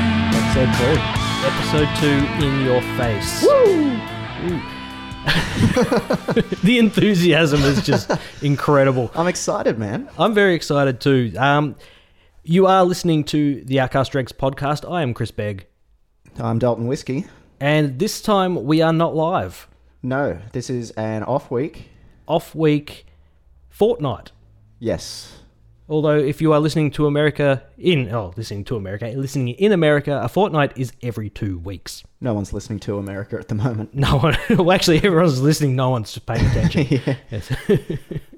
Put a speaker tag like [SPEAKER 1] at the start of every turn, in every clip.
[SPEAKER 1] episode two. Episode two in your face. Ooh. the enthusiasm is just incredible.
[SPEAKER 2] I'm excited, man.
[SPEAKER 1] I'm very excited too. Um, you are listening to the Outcast Dregs podcast. I am Chris Begg,
[SPEAKER 2] I'm Dalton Whiskey.
[SPEAKER 1] and this time we are not live.
[SPEAKER 2] No, this is an off week.
[SPEAKER 1] Off week, fortnight.
[SPEAKER 2] Yes.
[SPEAKER 1] Although, if you are listening to America in oh, listening to America, listening in America, a fortnight is every two weeks.
[SPEAKER 2] No one's listening to America at the moment.
[SPEAKER 1] No one. Well, actually, everyone's listening. No one's paying attention.
[SPEAKER 2] yeah.
[SPEAKER 1] Yes.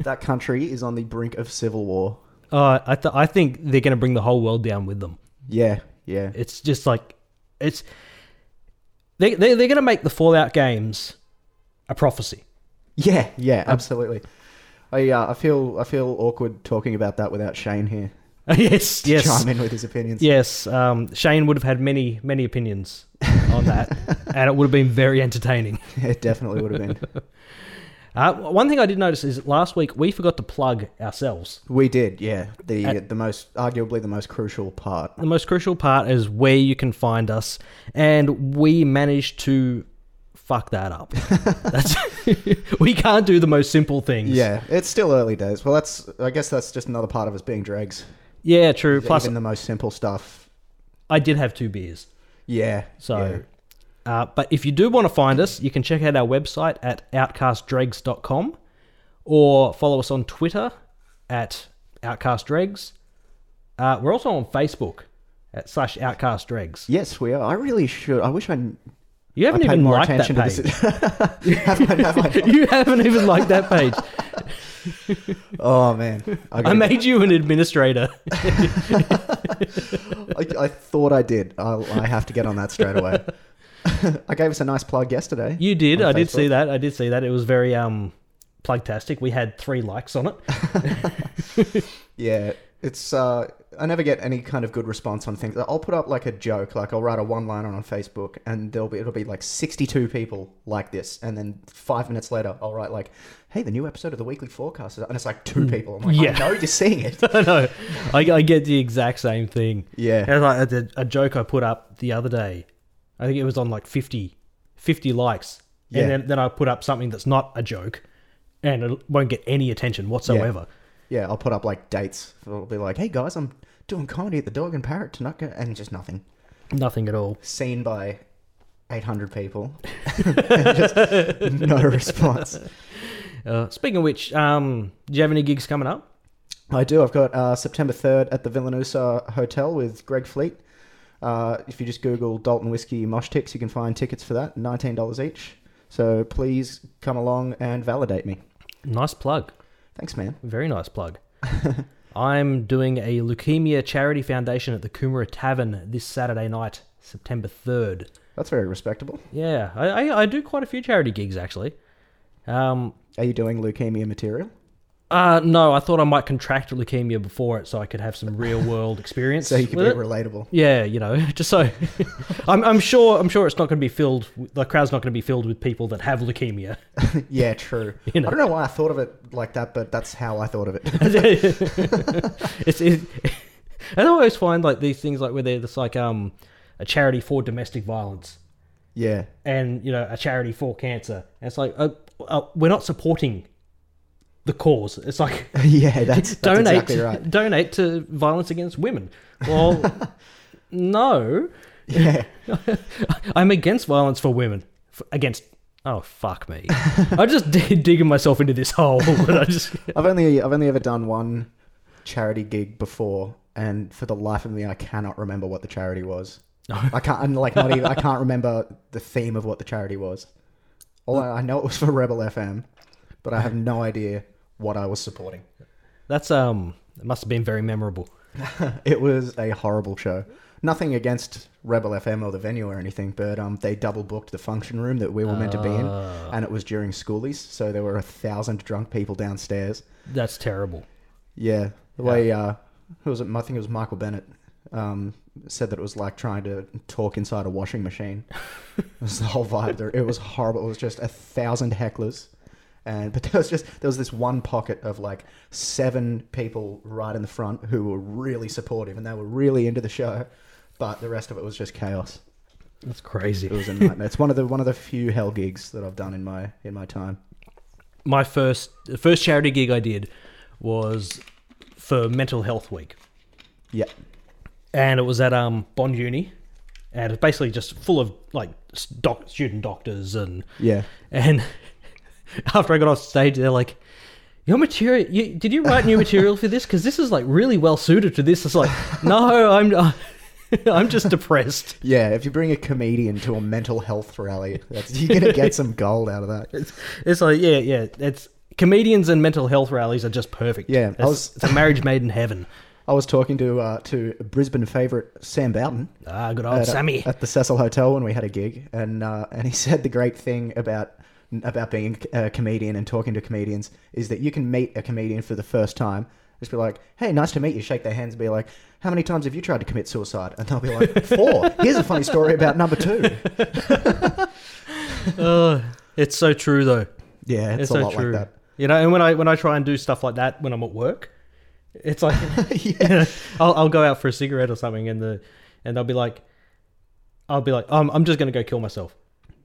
[SPEAKER 2] That country is on the brink of civil war.
[SPEAKER 1] uh, I th- I think they're going to bring the whole world down with them.
[SPEAKER 2] Yeah, yeah.
[SPEAKER 1] It's just like it's they they they're going to make the Fallout games a prophecy.
[SPEAKER 2] Yeah, yeah, absolutely. I uh, I feel I feel awkward talking about that without Shane here.
[SPEAKER 1] yes.
[SPEAKER 2] to
[SPEAKER 1] Yes.
[SPEAKER 2] Chime in with his opinions.
[SPEAKER 1] Yes, um, Shane would have had many, many opinions on that, and it would have been very entertaining.
[SPEAKER 2] It definitely would have been.
[SPEAKER 1] Uh, one thing I did notice is last week we forgot to plug ourselves.
[SPEAKER 2] We did, yeah. The the most arguably the most crucial part.
[SPEAKER 1] The most crucial part is where you can find us, and we managed to fuck that up. That's, we can't do the most simple things.
[SPEAKER 2] Yeah, it's still early days. Well, that's I guess that's just another part of us being dregs.
[SPEAKER 1] Yeah, true. Plus,
[SPEAKER 2] Even the most simple stuff.
[SPEAKER 1] I did have two beers.
[SPEAKER 2] Yeah. yeah.
[SPEAKER 1] So, uh, but if you do want to find us, you can check out our website at outcastdregs.com or follow us on Twitter at outcastdregs. Uh, we're also on Facebook at slash outcastdregs.
[SPEAKER 2] Yes, we are. I really should. I wish I n-
[SPEAKER 1] You haven't
[SPEAKER 2] paid
[SPEAKER 1] even
[SPEAKER 2] more
[SPEAKER 1] liked that
[SPEAKER 2] attention to
[SPEAKER 1] page.
[SPEAKER 2] this. Have I- have I-
[SPEAKER 1] you haven't even liked that page.
[SPEAKER 2] oh man, I,
[SPEAKER 1] I
[SPEAKER 2] gotta-
[SPEAKER 1] made you an administrator.
[SPEAKER 2] I, I thought I did. I'll, I have to get on that straight away. I gave us a nice plug yesterday.
[SPEAKER 1] You did.
[SPEAKER 2] On
[SPEAKER 1] I did
[SPEAKER 2] Facebook.
[SPEAKER 1] see that. I did see that. It was very um plugtastic. We had three likes on it.
[SPEAKER 2] Yeah, it's. Uh, I never get any kind of good response on things. I'll put up like a joke, like I'll write a one liner on Facebook, and there'll be it'll be like sixty two people like this, and then five minutes later, I'll write like, "Hey, the new episode of the weekly forecast," is out," and it's like two people. I'm like,
[SPEAKER 1] Hmm. Yeah.
[SPEAKER 2] I know you're seeing it.
[SPEAKER 1] I know. I, I get the exact same thing.
[SPEAKER 2] Yeah,
[SPEAKER 1] As I, a, a joke I put up the other day, I think it was on like 50, 50 likes.
[SPEAKER 2] Yeah.
[SPEAKER 1] And then, then I put up something that's not a joke and it won't get any attention whatsoever.
[SPEAKER 2] yeah. I'll put up like dates. It'll be like, "Hey guys, I'm doing comedy at the Dog and Parrot tonight," and just nothing.
[SPEAKER 1] Nothing at all.
[SPEAKER 2] Seen by eight hundred people. And just no response.
[SPEAKER 1] Uh, speaking of which, um, do you have any gigs coming up?
[SPEAKER 2] I do. I've got uh, September 3rd at the Villanusa Hotel with Greg Fleet. Uh, if you just Google Dalton Whiskey Mosh Ticks, you can find tickets for that, $19 each. So please come along and validate me.
[SPEAKER 1] Nice plug.
[SPEAKER 2] Thanks, man.
[SPEAKER 1] Very nice plug. I'm doing a Leukemia Charity Foundation at the Coomera Tavern this Saturday night, September 3rd.
[SPEAKER 2] That's very respectable.
[SPEAKER 1] Yeah, I, I, I do quite a few charity gigs actually. Um,
[SPEAKER 2] Are you doing leukemia material?
[SPEAKER 1] Uh, no, I thought I might contract leukemia before it so I could have some real world experience.
[SPEAKER 2] So you can be
[SPEAKER 1] with it.
[SPEAKER 2] relatable.
[SPEAKER 1] yeah, you know, just so I'm, I'm sure I'm sure it's not going to be filled. with- The crowd's not going to be filled with people that have leukemia.
[SPEAKER 2] yeah, true.
[SPEAKER 1] You know.
[SPEAKER 2] I don't know why I thought of it like that, but that's how I thought of it.
[SPEAKER 1] it's, it, I always find like these things like where they're just like um a charity for domestic violence
[SPEAKER 2] yeah.
[SPEAKER 1] and you know a charity for cancer. And it's like uh, uh, we're not supporting the cause. It's like
[SPEAKER 2] yeah, that's, that's
[SPEAKER 1] donate
[SPEAKER 2] exactly right.
[SPEAKER 1] donate to violence against women. Well, no,
[SPEAKER 2] Yeah.
[SPEAKER 1] I'm against violence for women. F- against oh fuck me, I'm just d- digging myself into this hole. But I just
[SPEAKER 2] I've only I've only ever done one charity gig before, and for the life of me, I cannot remember what the charity was. I can't. I'm like not even. I can't remember the theme of what the charity was. All I, I know it was for Rebel FM, but I have no idea what I was supporting.
[SPEAKER 1] that's um it must have been very memorable.
[SPEAKER 2] It was a horrible show. Nothing against Rebel FM or the venue or anything, but um, they double booked the function room that we were meant to be in, and it was during schoolies, so there were a thousand drunk people downstairs.
[SPEAKER 1] That's terrible.
[SPEAKER 2] Yeah, the way uh, who was it? I think it was Michael Bennett um, said that it was like trying to talk inside a washing machine. it was the whole vibe there. It was horrible. It was just a thousand hecklers, and but there was just there was this one pocket of like seven people right in the front who were really supportive and they were really into the show. But the rest of it was just chaos.
[SPEAKER 1] That's
[SPEAKER 2] It
[SPEAKER 1] crazy.
[SPEAKER 2] was a nightmare. it's one of the one of the few hell gigs that I've done in my in my time.
[SPEAKER 1] My first the first charity gig I did was for Mental Health Week.
[SPEAKER 2] Yeah.
[SPEAKER 1] and it was at um, Bond Uni, and it's basically just full of like s- doc- student doctors and
[SPEAKER 2] Yeah.
[SPEAKER 1] and after I got off stage, they're like, "Your material? You, did you write new material for this? Because this is like really well suited to this." It's like, no, I'm I'm just depressed.
[SPEAKER 2] Yeah, if you bring a comedian to a mental health rally, that's, you're gonna get some gold out of that.
[SPEAKER 1] It's, it's like yeah, yeah. It's comedians and mental health rallies are just perfect.
[SPEAKER 2] Yeah, I
[SPEAKER 1] it's,
[SPEAKER 2] was-
[SPEAKER 1] it's a marriage made in heaven.
[SPEAKER 2] I was talking to uh, to Brisbane favourite Sam Bowden
[SPEAKER 1] Ah, good old
[SPEAKER 2] at, uh,
[SPEAKER 1] Sammy.
[SPEAKER 2] at the Cecil Hotel when we had a gig, and uh, and he said the great thing about about being a comedian and talking to comedians is that you can meet a comedian for the first time. Just be like, hey, nice to meet you. Shake their hands and be like, how many times have you tried to commit suicide? And they'll be like, four. Here's a funny story about number two.
[SPEAKER 1] Ugh, it's so true though.
[SPEAKER 2] Yeah, it's,
[SPEAKER 1] It's
[SPEAKER 2] a
[SPEAKER 1] so
[SPEAKER 2] lot
[SPEAKER 1] true.
[SPEAKER 2] like
[SPEAKER 1] You know, and when I when I try and do stuff like that when I'm at work, it's like
[SPEAKER 2] that. yeah.
[SPEAKER 1] I'll, I'll go out for a cigarette or something, and the and they'll be like, I'll be like, um, I'm just gonna go kill myself,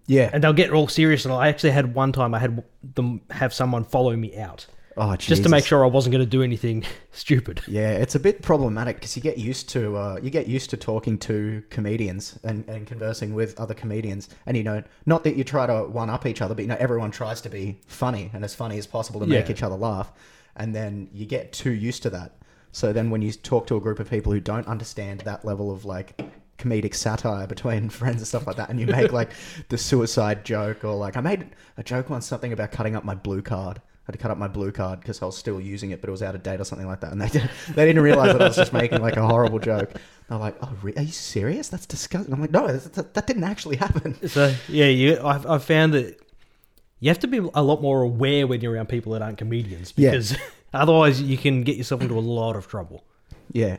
[SPEAKER 2] Yeah.
[SPEAKER 1] and they'll get all serious. And I actually had one time I had them have someone follow me out
[SPEAKER 2] Oh,
[SPEAKER 1] just to make
[SPEAKER 2] Jesus.
[SPEAKER 1] sure I wasn't gonna do anything stupid.
[SPEAKER 2] Yeah, it's a bit problematic because you get used to uh, you get used to talking to comedians and, and conversing with other comedians, and you know, not that you try to one up each other, but you know, everyone tries to be funny and as funny as possible to make
[SPEAKER 1] Yeah.
[SPEAKER 2] each other laugh, and then you get too used to that. So then, when you talk to a group of people who don't understand that level of like comedic satire between friends and stuff like that, and you make like the suicide joke or like I made a joke once something about cutting up my blue card. I had to cut up my blue card because I was still using it, but it was out of date or something like that. And they did, they didn't realize that I was just making like a horrible joke. They're like, "Oh, re- are you serious? That's disgusting." I'm like, "No, that, that, that didn't actually happen."
[SPEAKER 1] So yeah, you I've, I've found that you have to be a lot more aware when you're around people that aren't comedians
[SPEAKER 2] Yeah.
[SPEAKER 1] because otherwise you can get yourself into a lot of trouble.
[SPEAKER 2] Yeah,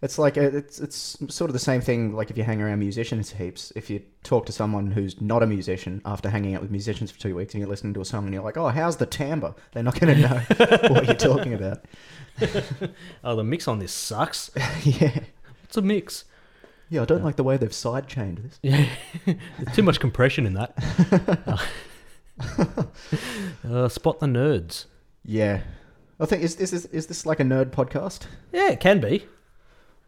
[SPEAKER 2] it's like a, it's it's sort of the same thing. Like if you hang around musicians heaps, if you talk to someone who's not a musician after hanging out with musicians for two weeks and you're listening to a song and you're like, "Oh, how's the timbre?" They're not going to know what you're talking about.
[SPEAKER 1] Oh, the mix on this sucks.
[SPEAKER 2] yeah,
[SPEAKER 1] It's a mix.
[SPEAKER 2] yeah. I don't like the way they've side chained this.
[SPEAKER 1] Yeah, There's too much compression in that. uh, spot the nerds.
[SPEAKER 2] Yeah, I think is this is, is this like a nerd podcast?
[SPEAKER 1] Yeah, it can be.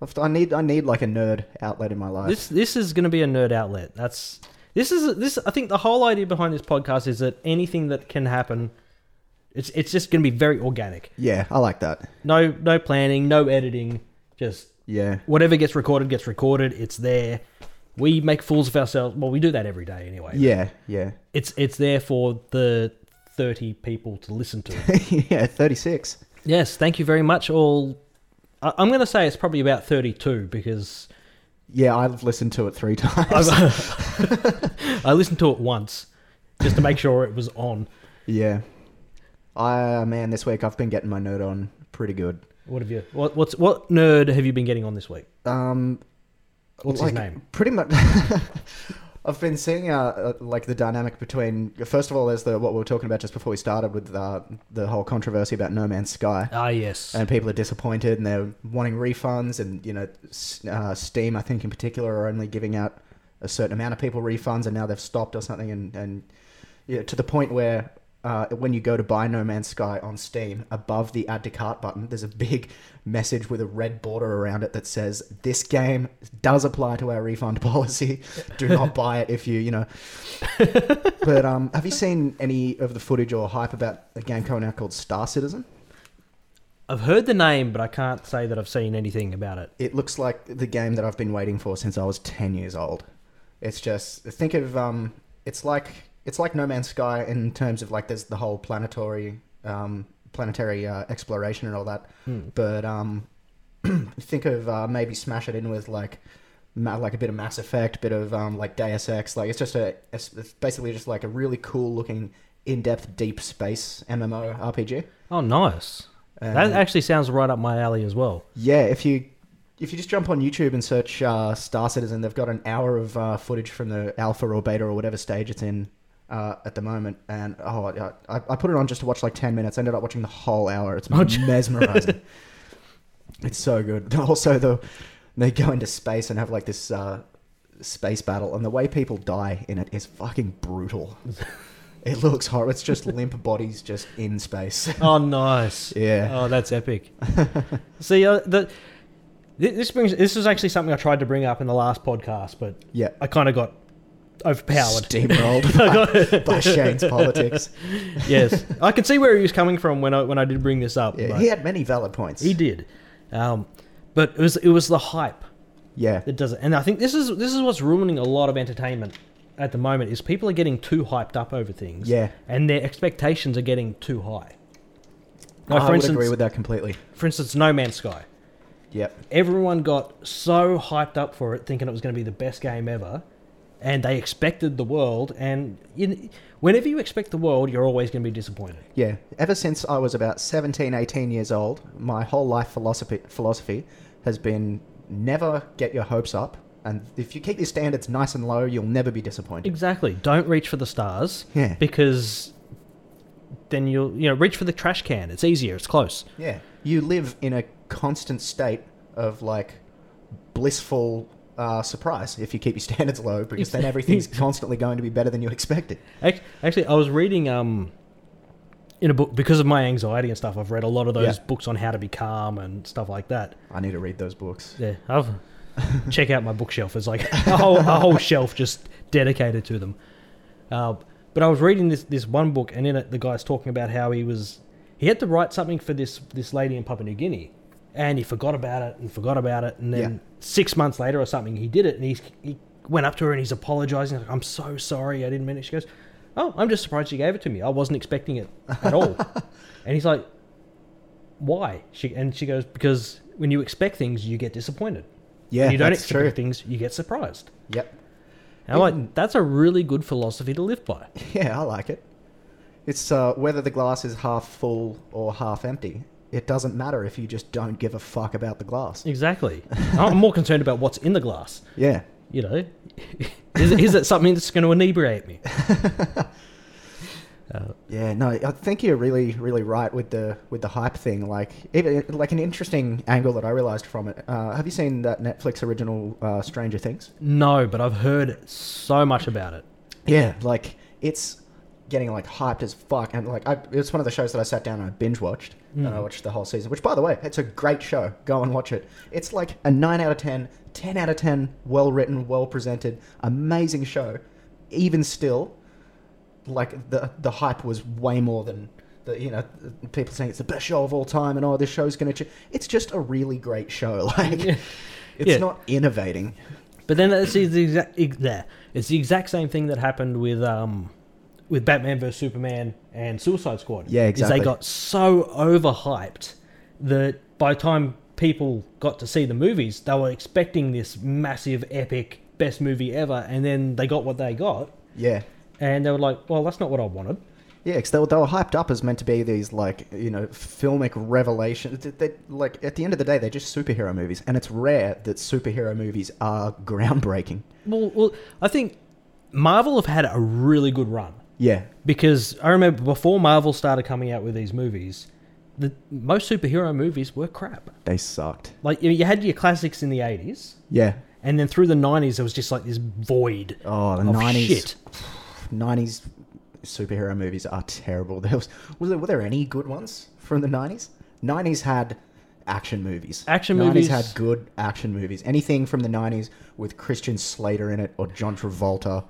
[SPEAKER 2] I've- I need I need like a nerd outlet in my life.
[SPEAKER 1] This this is going to be a nerd outlet. That's this is this. I think the whole idea behind this podcast is that anything that can happen, it's it's just going to be very organic.
[SPEAKER 2] yeah, I like that.
[SPEAKER 1] No no planning, no editing. Just
[SPEAKER 2] Yeah,
[SPEAKER 1] whatever gets recorded gets recorded. It's there. We make fools of ourselves. Well, we do that every day anyway.
[SPEAKER 2] yeah, yeah,
[SPEAKER 1] It's it's there for the thirty people to listen to.
[SPEAKER 2] yeah. Thirty six.
[SPEAKER 1] Yes, thank you very much. All I- I'm going to say it's probably about 32 because
[SPEAKER 2] Yeah, I've listened to it three times.
[SPEAKER 1] I've, I listened to it once just to make sure it was on.
[SPEAKER 2] Yeah. I uh, man, this week I've been getting my nerd on pretty good.
[SPEAKER 1] What have you? What, what's what nerd have you been getting on this week?
[SPEAKER 2] Um,
[SPEAKER 1] What's
[SPEAKER 2] like,
[SPEAKER 1] his name?
[SPEAKER 2] Pretty much. I've been seeing uh, uh, like the dynamic between. First of all, there's the what we were talking about just before we started with uh, the whole controversy about No Man's Sky.
[SPEAKER 1] Ah, yes.
[SPEAKER 2] and people are disappointed and they're wanting refunds and you know S- uh, steam i think in particular are only giving out a certain amount of people refunds and now they've stopped or something and, and you know, to the point where uh, when you go to buy no man's sky on steam above the add to cart button there's a big message with a red border around it that says this game does apply to our refund policy do not buy it if you you know but um, have you seen any of the footage or hype about a game coming out called star citizen
[SPEAKER 1] I've heard the name, but I can't say that I've seen anything about it.
[SPEAKER 2] it looks like the game that I've been waiting for since I was ten years old. It's just think of um, it's like it's like No Man's Sky in terms of like there's the whole planetary um, planetary uh, exploration and all that, but um, think of uh, maybe smash it in with like ma- like a bit of Mass Effect, bit of um, like Deus Ex. Like it's just a it's it's basically just like a really cool looking in depth deep space MMO RPG.
[SPEAKER 1] Oh, nice. that actually sounds right up my alley as well.
[SPEAKER 2] Yeah, if you if you just jump on YouTube and search uh, Star Citizen, they've got an hour of uh, footage from the alpha or beta or whatever stage it's in uh, at the moment. And oh, I, I- I put it on just to watch like ten minutes. Ended up watching the whole hour. It's
[SPEAKER 1] Oh, gee.
[SPEAKER 2] mesmerizing. it's so good. Also, the they go into space and have like this uh, space battle, and the way people die in it is fucking brutal. it looks horrible. It's just limp bodies just in space.
[SPEAKER 1] Oh, nice.
[SPEAKER 2] Yeah.
[SPEAKER 1] Oh, that's epic. See, uh, the, thi- this brings this is actually something I tried to bring up in the last podcast, but
[SPEAKER 2] Yeah.
[SPEAKER 1] I kind of got overpowered.
[SPEAKER 2] Steamrolled by, by Shane's politics.
[SPEAKER 1] yes, I can see where he was coming from when I when I did bring this up.
[SPEAKER 2] Yeah,
[SPEAKER 1] but
[SPEAKER 2] he had many valid points.
[SPEAKER 1] he did, um, but it was it was the hype
[SPEAKER 2] yeah.
[SPEAKER 1] that does it, and I think this is this is what's ruining a lot of entertainment at the moment is people are getting too hyped up over things.
[SPEAKER 2] Yeah.
[SPEAKER 1] and their expectations are getting too high. Like,
[SPEAKER 2] I would agree with that completely.
[SPEAKER 1] for instance, No Man's Sky.
[SPEAKER 2] Yep.
[SPEAKER 1] everyone got so hyped up for it, thinking it was going to be the best game ever, and they expected the world. And in, whenever you expect the world, you're always going to be disappointed.
[SPEAKER 2] Yeah. Ever since I was about 17, 18 years old, my whole life philosophy philosophy has been never get your hopes up. And if you keep your standards nice and low, you'll never be disappointed.
[SPEAKER 1] Exactly. Don't reach for the stars.
[SPEAKER 2] Yeah.
[SPEAKER 1] Because then you'll you know reach for the trash can. It's easier. It's close.
[SPEAKER 2] Yeah. You live in a constant state of like blissful uh, surprise if you keep your standards low, because then everything's constantly going to be better than you expected.
[SPEAKER 1] Ac- Actually, I was reading um in a book because of my anxiety and stuff. I've read a lot of those
[SPEAKER 2] Yeah.
[SPEAKER 1] books on how to be calm and stuff like that.
[SPEAKER 2] I need to read those books.
[SPEAKER 1] Yeah, I've check out my bookshelf. It's like a whole, a whole shelf just dedicated to them. Uh, but I was reading this this one book, and in it, the guy's talking about how he was he had to write something for this this lady in Papua New Guinea, and he forgot about it and forgot about it, and then
[SPEAKER 2] Yeah.
[SPEAKER 1] six months later or something, he did it, and he's, he went up to her and he's apologizing. Like, I'm so sorry, I didn't mean it. She goes, "Oh, I'm just surprised you gave it to me. I wasn't expecting it at all." and he's like, "Why?" She and she goes, "Because when you expect things, you get disappointed."
[SPEAKER 2] Yeah,
[SPEAKER 1] When you don't
[SPEAKER 2] that's
[SPEAKER 1] expect
[SPEAKER 2] true.
[SPEAKER 1] things, you get surprised.
[SPEAKER 2] Yep.
[SPEAKER 1] And I'm like, that's a really good philosophy to live by.
[SPEAKER 2] Yeah, I like it. It's uh, whether the glass is half full or half empty. It doesn't matter if you just don't give a fuck about the glass.
[SPEAKER 1] Exactly. I'm more concerned about what's in the glass.
[SPEAKER 2] Yeah.
[SPEAKER 1] You know, is, is it something that's going to inebriate me? Uh,
[SPEAKER 2] Yeah, no, I think you're really, really right with the with the hype thing. Like, even like an interesting angle that I realized from it. Uh, have you seen that Netflix original uh, Stranger Things?
[SPEAKER 1] No, but I've heard so much about it.
[SPEAKER 2] Yeah, like it's getting like hyped as fuck, and like I, it's one of the shows that I sat down and I binge watched, and
[SPEAKER 1] Mm.
[SPEAKER 2] I watched the whole season. Which, by the way, it's a great show. Go and watch it. It's like a nine out of 10, 10 out of ten, well written, well presented, amazing show. Even still, like the the hype was way more than the you know people saying it's the best show of all time, and oh, this show's gonna. Ch-. It's just a really great show. Like,
[SPEAKER 1] Yeah.
[SPEAKER 2] it's
[SPEAKER 1] Yeah.
[SPEAKER 2] not innovating.
[SPEAKER 1] But then it's the exact ex- there. It's the exact same thing that happened with um with Batman vs Superman and Suicide Squad.
[SPEAKER 2] Yeah,
[SPEAKER 1] Is
[SPEAKER 2] exactly.
[SPEAKER 1] they got so overhyped that by the time people got to see the movies, they were expecting this massive, epic, best movie ever, and then they got what they got,
[SPEAKER 2] Yeah.
[SPEAKER 1] and they were like, "Well, that's not what I wanted."
[SPEAKER 2] Yeah, 'cause they were, they were hyped up as meant to be these like you know filmic revelations. They, they- like at the end of the day, they're just superhero movies, and it's rare that superhero movies are groundbreaking.
[SPEAKER 1] Well, well, I think Marvel have had a really good run.
[SPEAKER 2] Yeah,
[SPEAKER 1] because I remember before Marvel started coming out with these movies, the most superhero movies were crap.
[SPEAKER 2] they sucked.
[SPEAKER 1] Like you, you had your classics in the eighties,
[SPEAKER 2] Yeah.
[SPEAKER 1] and then through the nineties, there was just like this void.
[SPEAKER 2] Oh, the
[SPEAKER 1] of
[SPEAKER 2] nineties.
[SPEAKER 1] shit.
[SPEAKER 2] Nineties superhero movies are terrible. There was, was there, were there any good ones from the nineties? Nineties had action movies.
[SPEAKER 1] Action
[SPEAKER 2] 90s
[SPEAKER 1] movies-
[SPEAKER 2] had good action movies. Anything from the nineties with Christian Slater in it or John Travolta,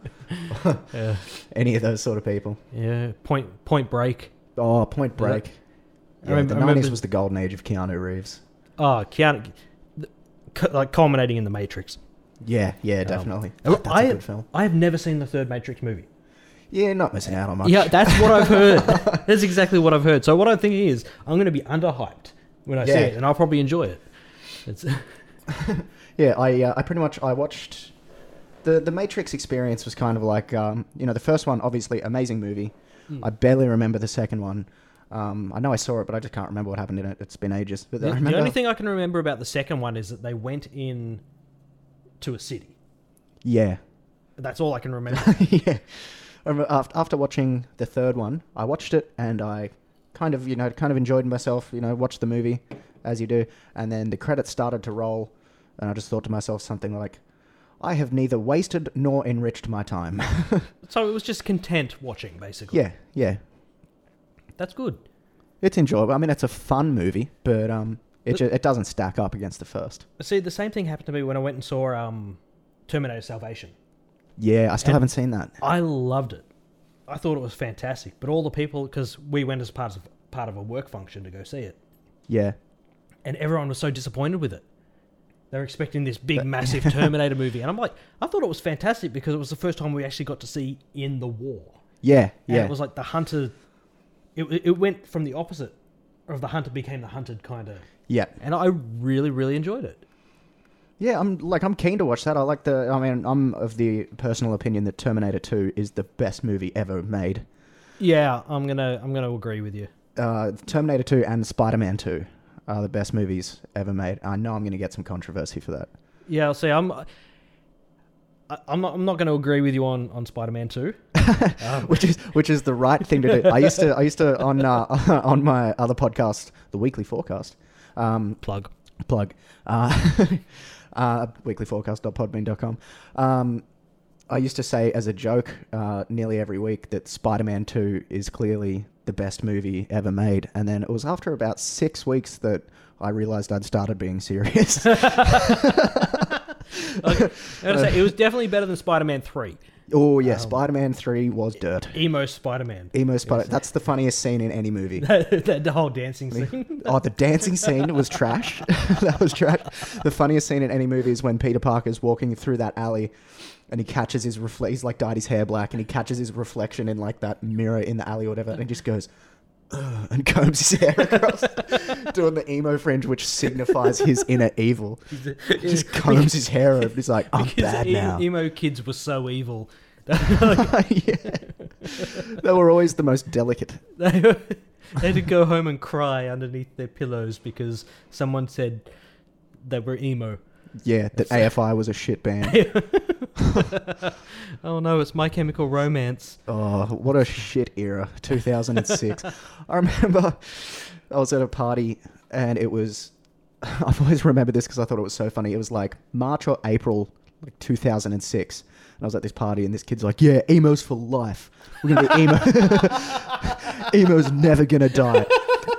[SPEAKER 1] Yeah,
[SPEAKER 2] any of those sort of people.
[SPEAKER 1] yeah. Point Point Break.
[SPEAKER 2] Oh, Point Break.
[SPEAKER 1] I remember-
[SPEAKER 2] Yeah, the
[SPEAKER 1] I remember-
[SPEAKER 2] nineties was the golden age of Keanu Reeves.
[SPEAKER 1] Oh, Keanu, th- cu- like culminating in the Matrix.
[SPEAKER 2] Yeah, yeah, definitely.
[SPEAKER 1] Um,
[SPEAKER 2] That's
[SPEAKER 1] I,
[SPEAKER 2] a good film.
[SPEAKER 1] I have never seen the third Matrix movie.
[SPEAKER 2] Yeah, not missing out on much.
[SPEAKER 1] Yeah, that's what I've heard. that's exactly what I've heard. So what I'm thinking is, I'm going to be underhyped when I see
[SPEAKER 2] Yeah.
[SPEAKER 1] it, and I'll probably enjoy it. It's
[SPEAKER 2] yeah. I, uh, I pretty much I watched the the Matrix experience was kind of like um, you know the first one obviously amazing movie.
[SPEAKER 1] Hmm.
[SPEAKER 2] I barely remember the second one. Um, I know I saw it, but I just can't remember what happened in it. It's been ages. But I
[SPEAKER 1] The,
[SPEAKER 2] remember.
[SPEAKER 1] the only thing I can remember about the second one is that they went in to a city.
[SPEAKER 2] yeah,
[SPEAKER 1] That's all I can remember.
[SPEAKER 2] yeah. I remember after, after watching the third one, I watched it and I kind of, you know, kind of enjoyed myself, you know, watched the movie as you do. And then the credits started to roll And I just thought to myself something like, I have neither wasted nor enriched my time.
[SPEAKER 1] So it was just content watching, basically.
[SPEAKER 2] yeah, yeah.
[SPEAKER 1] That's good.
[SPEAKER 2] It's enjoyable. I mean, it's a fun movie, but um, it, ju- it doesn't stack up against the first.
[SPEAKER 1] See, the same thing happened to me when I went and saw um, Terminator Salvation.
[SPEAKER 2] Yeah, I still
[SPEAKER 1] And-
[SPEAKER 2] haven't seen that.
[SPEAKER 1] I loved it. I thought it was fantastic. But all the people, because we went as part of part of a work function to go see it,
[SPEAKER 2] Yeah.
[SPEAKER 1] and everyone was so disappointed with it. They were expecting this big, massive Terminator movie, and I'm like, I thought it was fantastic because it was the first time we actually got to see in the war.
[SPEAKER 2] Yeah,
[SPEAKER 1] And
[SPEAKER 2] yeah.
[SPEAKER 1] it was like the hunter. It, it went from the opposite of the hunter became the hunted kind of,
[SPEAKER 2] yeah.
[SPEAKER 1] and I really, really enjoyed it.
[SPEAKER 2] Yeah, I'm like I'm keen to watch that. I like the I mean, I'm of the personal opinion that Terminator 2 is the best movie ever made.
[SPEAKER 1] Yeah, I'm gonna, I'm gonna agree with you.
[SPEAKER 2] Uh, Terminator 2 and Spider-Man 2 are the best movies ever made. I know I'm going to get some controversy for that.
[SPEAKER 1] Yeah, I'll say I'm. I, I'm not. I'm not going to agree with you on on Spider-Man Two. Um,
[SPEAKER 2] which is which is the right thing to do. I used to I used to on uh, on my other podcast, the Weekly Forecast, um,
[SPEAKER 1] Plug.
[SPEAKER 2] plug uh, uh, weeklyforecast.podbean.com. Um, I used to say as a joke uh, nearly every week that Spider-Man Two is clearly the best movie ever made, and then it was after about six weeks that I realized I'd started being serious.
[SPEAKER 1] I gotta say, it was definitely better than Spider-Man Three.
[SPEAKER 2] oh yeah, Spider-Man Three was dirt.
[SPEAKER 1] Emo Spider-Man.
[SPEAKER 2] Emo Spider. That's the funniest scene in any movie.
[SPEAKER 1] the, the whole dancing scene.
[SPEAKER 2] Oh, the dancing scene was trash. that was trash. The funniest scene in any movie is when Peter Parker's walking through that alley and he catches his reflect. He's like dyed his hair black and he catches his reflection in like that mirror in the alley or whatever and he just goes, "Ugh," and combs his hair across, doing the emo fringe, which signifies his inner evil. He just combs his hair over. He's like, I'm bad
[SPEAKER 1] e-
[SPEAKER 2] now.
[SPEAKER 1] Emo kids were so evil.
[SPEAKER 2] yeah. They were always the most delicate.
[SPEAKER 1] They, they had to go home and cry underneath their pillows because someone said they were emo.
[SPEAKER 2] Yeah, that AFI was a shit band.
[SPEAKER 1] Oh no, it's My Chemical Romance.
[SPEAKER 2] Oh, what a shit era, 2006. I remember I was at a party and it was, I've always remembered this because I thought it was so funny. It was like March or April, like 2006. And I was at this party and this kid's like, yeah, emo's for life. We're going to be emo. emo's never going to die.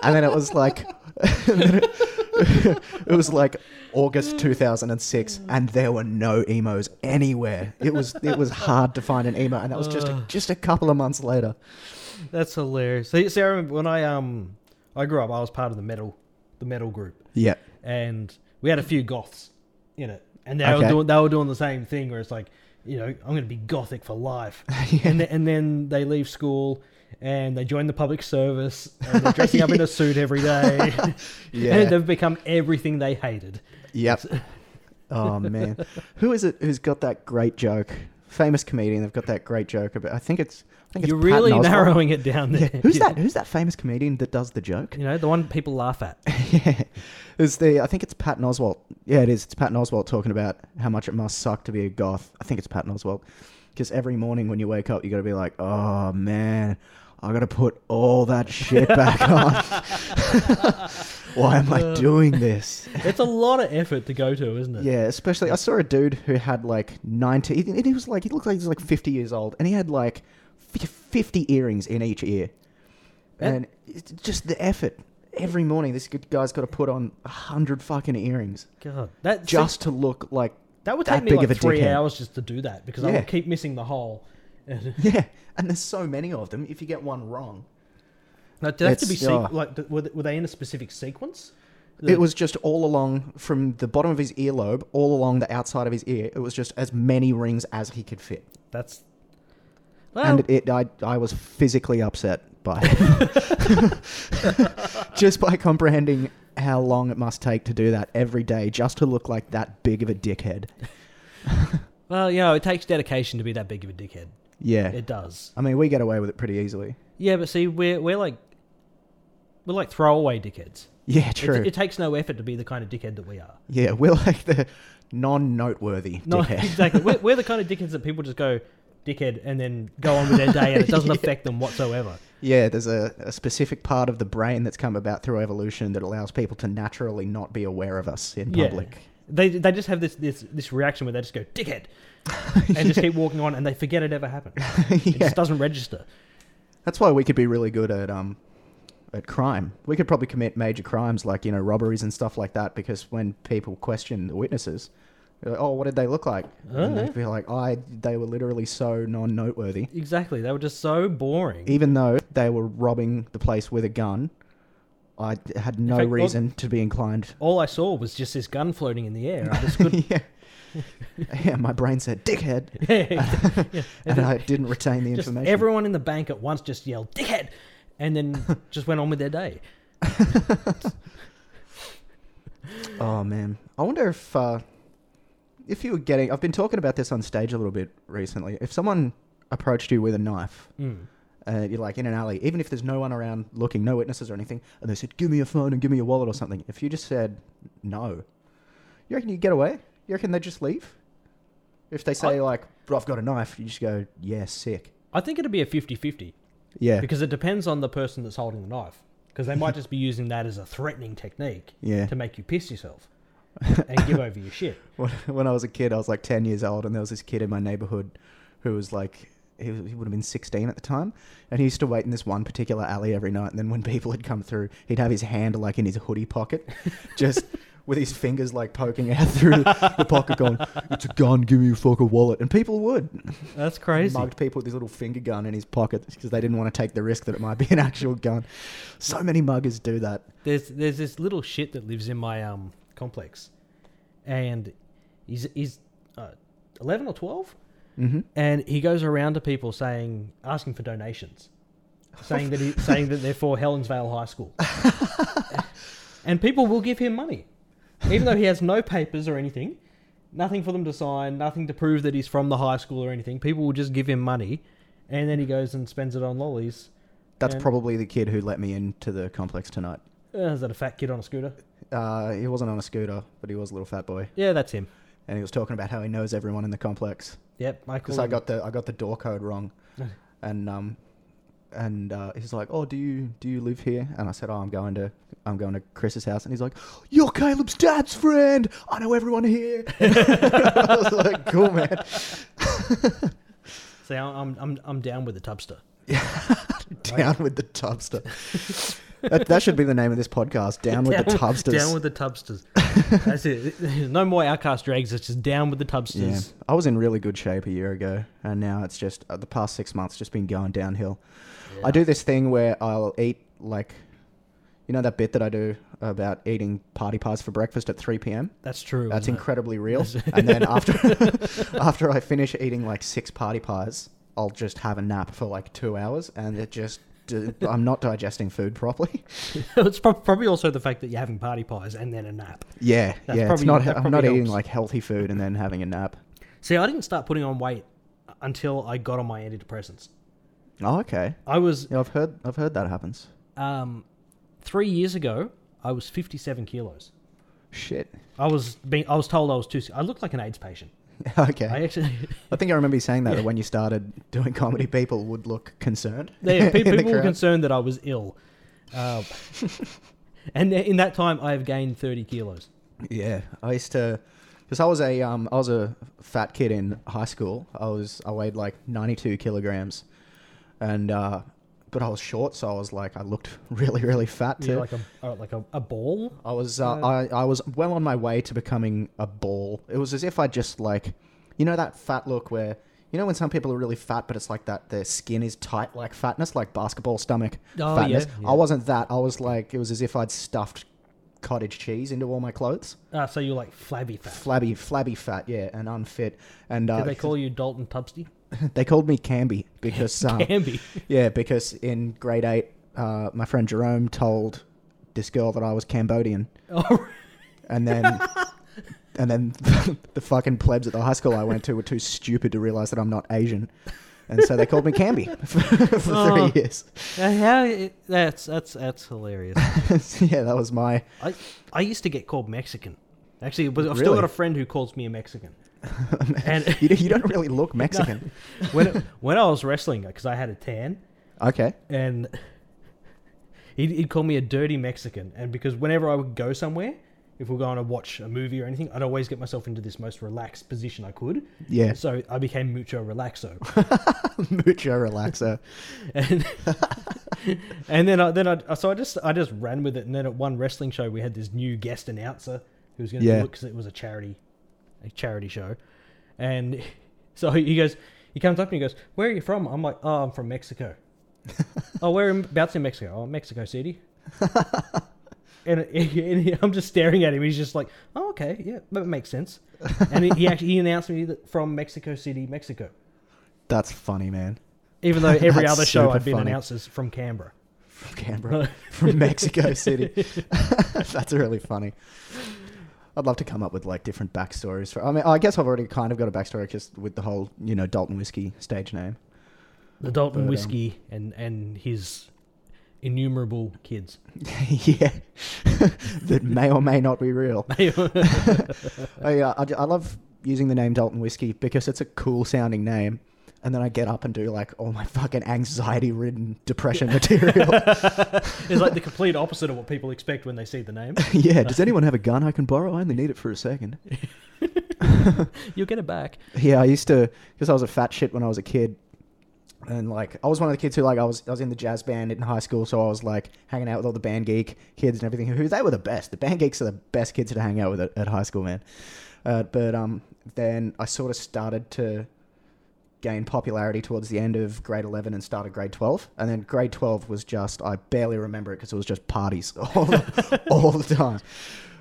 [SPEAKER 2] And then it was like, it was like August 2006 and there were no emos anywhere. It was it was hard to find an emo and that was just a, just a couple of months later.
[SPEAKER 1] That's hilarious. See, see, I remember when I um I grew up, I was part of the metal the metal group.
[SPEAKER 2] Yeah.
[SPEAKER 1] and we had a few goths in it, and they were
[SPEAKER 2] Okay.
[SPEAKER 1] doing they were doing the same thing where it's like, you know, I'm going to be gothic for life, and then, and then they leave school and they join the public service, and they're dressing up in a suit every day,
[SPEAKER 2] Yeah.
[SPEAKER 1] and they've become everything they hated.
[SPEAKER 2] Yep. Oh man. Who is it who's got that great joke? Famous comedian, they've got that great joke about I think it's I think it's
[SPEAKER 1] You're
[SPEAKER 2] Patton
[SPEAKER 1] really
[SPEAKER 2] Oswalt.
[SPEAKER 1] narrowing it down there.
[SPEAKER 2] Who's
[SPEAKER 1] Yeah.
[SPEAKER 2] that who's that famous comedian that does the joke?
[SPEAKER 1] You know, the one people laugh at.
[SPEAKER 2] yeah. It's the I think it's Patton Oswalt. Yeah, it is. It's Patton Oswalt talking about how much it must suck to be a goth. I think it's Patton Oswalt. Because every morning when you wake up, you got to be like, oh man, I got to put all that shit back on. Why am I doing this?
[SPEAKER 1] It's a lot of effort to go to, isn't it?
[SPEAKER 2] Yeah, especially I saw a dude who had like 90 and he was like he looked like he was like 50 years old and he had like fif- 50 earrings in each ear. And it's just the effort every morning this good guy's got to put on 100 fucking earrings
[SPEAKER 1] God, that
[SPEAKER 2] just to look like
[SPEAKER 1] that would
[SPEAKER 2] that
[SPEAKER 1] take me
[SPEAKER 2] big
[SPEAKER 1] like
[SPEAKER 2] of a
[SPEAKER 1] three
[SPEAKER 2] dickhead.
[SPEAKER 1] hours just to do that because I
[SPEAKER 2] Yeah.
[SPEAKER 1] would keep missing the hole.
[SPEAKER 2] yeah, and there's so many of them if you get one wrong.
[SPEAKER 1] Now, did that have to
[SPEAKER 2] It's-
[SPEAKER 1] be sequ-
[SPEAKER 2] oh.
[SPEAKER 1] like th- were, th- were they in a specific sequence? The-
[SPEAKER 2] It was just all along from the bottom of his earlobe all along the outside of his ear. It was just as many rings as he could fit.
[SPEAKER 1] that's well,
[SPEAKER 2] and it, it I, I was physically upset by it. just by comprehending how long it must take to do that every day just to look like that big of a dickhead
[SPEAKER 1] well, you know, it takes dedication to be that big of a dickhead.
[SPEAKER 2] yeah
[SPEAKER 1] It does.
[SPEAKER 2] i mean we get away with it pretty easily
[SPEAKER 1] Yeah, but see, we're we're like we're like throwaway dickheads.
[SPEAKER 2] yeah
[SPEAKER 1] It-
[SPEAKER 2] true
[SPEAKER 1] It, takes no effort to be the kind of dickhead that we are.
[SPEAKER 2] yeah we're like the non-noteworthy
[SPEAKER 1] No,
[SPEAKER 2] dickhead
[SPEAKER 1] exactly. We're, we're the kind of dickheads that people just go dickhead and then go on with their day, and it doesn't affect them whatsoever.
[SPEAKER 2] yeah there's a, a specific part of the brain that's come about through evolution that allows people to naturally not be aware of us in
[SPEAKER 1] Yeah.
[SPEAKER 2] public
[SPEAKER 1] They they just have this this this reaction where they just go dickhead and just keep walking on, and they forget it ever happened. It
[SPEAKER 2] yeah.
[SPEAKER 1] just doesn't register.
[SPEAKER 2] That's why we could be really good at um at crime. We could probably commit major crimes like, you know, robberies and stuff like that because when people question the witnesses, they're like, "Oh, what did they look like?"
[SPEAKER 1] Oh,
[SPEAKER 2] and
[SPEAKER 1] yeah.
[SPEAKER 2] they'd be like, "I they were literally so non-noteworthy."
[SPEAKER 1] Exactly. They were just so boring.
[SPEAKER 2] Even though they were robbing the place with a gun, I d- had no
[SPEAKER 1] fact, all-
[SPEAKER 2] reason to be inclined.
[SPEAKER 1] All I saw was just this gun floating in the air. I just couldn't.
[SPEAKER 2] yeah. yeah, my brain said dickhead,
[SPEAKER 1] yeah, yeah, yeah.
[SPEAKER 2] and I didn't retain the
[SPEAKER 1] just
[SPEAKER 2] information.
[SPEAKER 1] everyone in the bank at once just yelled dickhead, and then just went on with their day.
[SPEAKER 2] Oh man, I wonder if uh, if you were getting. I've been talking about this on stage a little bit recently. If someone approached you with a knife,
[SPEAKER 1] Mm.
[SPEAKER 2] uh, you're like in an alley, even if there's no one around looking, no witnesses or anything, and they said, "Give me your phone and give me your wallet" or something. If you just said no, you reckon you get away? You reckon they just leave? If they say
[SPEAKER 1] I-
[SPEAKER 2] like, "Bro, I've got a knife," you just go, "Yeah, sick."
[SPEAKER 1] I think it'd be a 50-50
[SPEAKER 2] Yeah,
[SPEAKER 1] because it depends on the person that's holding the knife because they might just be using that as a threatening technique
[SPEAKER 2] yeah.
[SPEAKER 1] to make you piss yourself and give over your shit.
[SPEAKER 2] when, when I was a kid, I was like 10 years old, and there was this kid in my neighborhood who was like, he, was, he would have been 16 at the time, and he used to wait in this one particular alley every night. And then when people had come through, he'd have his hand like in his hoodie pocket, just with his fingers like poking out through the pocket, going, It's a gun, give me your fucking wallet. And people would.
[SPEAKER 1] That's crazy.
[SPEAKER 2] Mugged people with his little finger gun in his pocket because they didn't want to take the risk that it might be an actual gun. So many muggers do that.
[SPEAKER 1] There's there's this little shit that lives in my um complex, and he's he's uh, eleven or twelve,
[SPEAKER 2] Mm-hmm.
[SPEAKER 1] and he goes around to people saying asking for donations, saying that he, saying that they're for Helensvale High School, and people will give him money, even though he has no papers or anything, nothing for them to sign, nothing to prove that he's from the high school or anything. People will just give him money, and then he goes and spends it on lollies.
[SPEAKER 2] That's
[SPEAKER 1] And-
[SPEAKER 2] probably the kid who let me into the complex tonight.
[SPEAKER 1] Uh, is that a fat kid on a scooter?
[SPEAKER 2] Uh, he wasn't on a scooter, but he was a little fat boy,
[SPEAKER 1] Yeah, that's him.
[SPEAKER 2] and he was talking about how he knows everyone in the complex
[SPEAKER 1] Yep, I
[SPEAKER 2] because
[SPEAKER 1] call
[SPEAKER 2] I
[SPEAKER 1] him-
[SPEAKER 2] got the I got the door code wrong, and um, and uh, he's like, "Oh, do you do you live here?" And I said, "Oh, I'm going to I'm going to Chris's house," and he's like, "You're Caleb's dad's friend. I know everyone here." I was like, "Cool, man.
[SPEAKER 1] See, I'm, I'm- I'm, I'm down with the tubster.
[SPEAKER 2] Down with the tubster." that, that should be the name of this podcast. Down, with the tubsters.
[SPEAKER 1] Down with the tubsters. That's it. No more outcast drags. It's just down with the
[SPEAKER 2] Yeah,
[SPEAKER 1] tubsters.
[SPEAKER 2] I was in really good shape a year ago, and now it's just uh, the past six months just been going downhill. I do this thing where I'll eat like, you know, that bit that I do about eating party pies for breakfast at three p.m.
[SPEAKER 1] That's true.
[SPEAKER 2] That's
[SPEAKER 1] isn't it?
[SPEAKER 2] incredibly real. and then after after I finish eating like six party pies, I'll just have a nap for like two hours, and it just d- I'm not digesting food properly.
[SPEAKER 1] it's prob- probably also the fact that you're having party pies and then a nap.
[SPEAKER 2] yeah,
[SPEAKER 1] That's
[SPEAKER 2] yeah.
[SPEAKER 1] probably-
[SPEAKER 2] it's
[SPEAKER 1] that
[SPEAKER 2] not. I'm not
[SPEAKER 1] probably
[SPEAKER 2] eating
[SPEAKER 1] helps.
[SPEAKER 2] like healthy food and then having a nap.
[SPEAKER 1] See, I didn't start putting on weight until I got on my antidepressants.
[SPEAKER 2] Oh, okay.
[SPEAKER 1] I was
[SPEAKER 2] Yeah, I've heard. I've heard that happens.
[SPEAKER 1] um, three years ago. I was 57 kilos.
[SPEAKER 2] Shit.
[SPEAKER 1] I was being. I was told I was too. I looked like an AIDS patient.
[SPEAKER 2] Okay.
[SPEAKER 1] I
[SPEAKER 2] I,
[SPEAKER 1] actually.
[SPEAKER 2] think I remember you saying that, that when you started doing comedy, people would look concerned.
[SPEAKER 1] Yeah, pe-
[SPEAKER 2] in the
[SPEAKER 1] people were
[SPEAKER 2] crowd.
[SPEAKER 1] concerned that I was ill. Uh, and in that time, I have gained 30 kilos.
[SPEAKER 2] Yeah, I used to, because I was a um, I was a fat kid in high school. I was I weighed like ninety two kilograms, and uh, but I was short, so I was like I looked really really fat too.
[SPEAKER 1] Yeah, like a uh, like a, a ball.
[SPEAKER 2] I was uh, I, I was well on my way to becoming a ball. It was as if I just like, you know that fat look where you know when some people are really fat, but it's like that their skin is tight like fatness, like basketball stomach
[SPEAKER 1] Oh, yeah,
[SPEAKER 2] fatness.
[SPEAKER 1] yeah.
[SPEAKER 2] I wasn't that. I was like it was as if I'd stuffed cottage cheese into all my clothes.
[SPEAKER 1] Ah, so you're like flabby fat.
[SPEAKER 2] Flabby, flabby fat, yeah, and unfit. And uh,
[SPEAKER 1] Did they call you Dalton Tubsty?
[SPEAKER 2] they called me Camby because um,
[SPEAKER 1] Camby.
[SPEAKER 2] yeah, because in grade eight, uh, my friend Jerome told this girl that I was Cambodian.
[SPEAKER 1] Oh,
[SPEAKER 2] and then and then the fucking plebs at the high school I went to were too stupid to realize that I'm not Asian, and so they called me Camby for, for
[SPEAKER 1] Oh.
[SPEAKER 2] three years.
[SPEAKER 1] how, that's that's that's hilarious.
[SPEAKER 2] So, yeah, that was my
[SPEAKER 1] I I used to get called Mexican. Actually, but I've still
[SPEAKER 2] Really?
[SPEAKER 1] got a friend who calls me a Mexican. and
[SPEAKER 2] you. You don't really look Mexican.
[SPEAKER 1] when when I was wrestling, because I had a tan,
[SPEAKER 2] Okay,
[SPEAKER 1] and he'd, he'd call me a dirty Mexican. And because whenever I would go somewhere, if we're going to watch a movie or anything, I'd always get myself into this most relaxed position I could.
[SPEAKER 2] Yeah.
[SPEAKER 1] So I became mucho relaxo.
[SPEAKER 2] Mucho relaxer.
[SPEAKER 1] and and then I, then I so I just I just ran with it, and then at one wrestling show we had this new guest announcer who was going to
[SPEAKER 2] Yeah.
[SPEAKER 1] do it because it was a charity a charity show, and so he goes he comes up and he goes, "Where are you from?" I'm like, "Oh, I'm from Mexico." oh, where in- abouts in Mexico? Oh, Mexico City. And, and he- I'm just staring at him. He's just like, "Oh, okay, yeah, that makes sense." And he, he actually he announced me that from Mexico City, Mexico.
[SPEAKER 2] That's funny, man.
[SPEAKER 1] Even though every
[SPEAKER 2] That's
[SPEAKER 1] other show
[SPEAKER 2] super
[SPEAKER 1] I've been
[SPEAKER 2] funny.
[SPEAKER 1] announced is from Canberra.
[SPEAKER 2] From Canberra. from Mexico City. That's really funny. I'd love to come up with like different backstories for. I mean, I guess I've already kind of got a backstory just with the whole, you know, Dalton Whiskey stage name.
[SPEAKER 1] The Dalton
[SPEAKER 2] But, um,
[SPEAKER 1] whiskey and and his innumerable kids.
[SPEAKER 2] yeah, that may or may not be real. I, uh, I, ju- I love using the name Dalton Whiskey because it's a cool sounding name. And then I get up and do like all my fucking anxiety ridden depression material.
[SPEAKER 1] It's like the complete opposite of what people expect when they see the name.
[SPEAKER 2] yeah, does anyone have a gun I can borrow? I only need it for a second.
[SPEAKER 1] You'll get it back.
[SPEAKER 2] Yeah, I used to because I was a fat shit when I was a kid, and like I was one of the kids who like I was I was in the jazz band in high school, so I was like hanging out with all the band geek kids and everything. Who they were the best. The band geeks are the best kids to hang out with at, at high school, man. Uh, but um, then I sort of started to gain popularity towards the end of grade 11 and started grade 12 and then grade 12 was just i barely remember it because it was just parties all the, all the time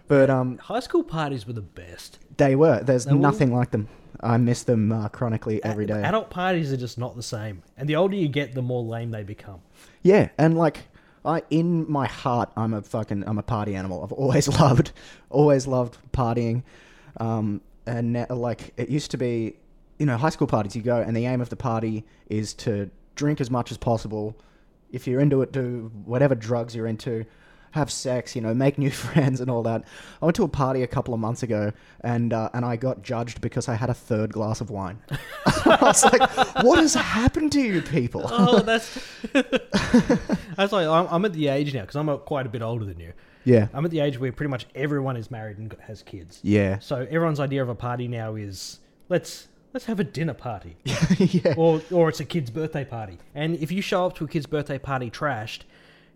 [SPEAKER 2] but um
[SPEAKER 1] High school parties were the best.
[SPEAKER 2] they were. There's
[SPEAKER 1] were-
[SPEAKER 2] nothing like them. I miss them uh, chronically every day.
[SPEAKER 1] Adult parties are just not the same. And the older you get, the more lame they become.
[SPEAKER 2] yeah, and like I in my heart, I'm a fucking I'm a party animal. I've always loved, always loved partying. Um, and now, like it used to be, you know, high school parties. You go, and the aim of the party is to drink as much as possible. If you're into it, do whatever drugs you're into. have sex, you know, make new friends and all that. I went to a party a couple of months ago, and uh, and I got judged because I had a third glass of wine. I was like, "What has happened to you people?"
[SPEAKER 1] Oh, that's that's like I'm, I'm at the age now because I'm uh, quite a bit older than you.
[SPEAKER 2] Yeah,
[SPEAKER 1] I'm at the age where pretty much everyone is married and got- has kids.
[SPEAKER 2] yeah,
[SPEAKER 1] So everyone's idea of a party now is let's let's have a dinner party.
[SPEAKER 2] yeah,
[SPEAKER 1] or or it's a kid's birthday party. And if you show up to a kid's birthday party trashed,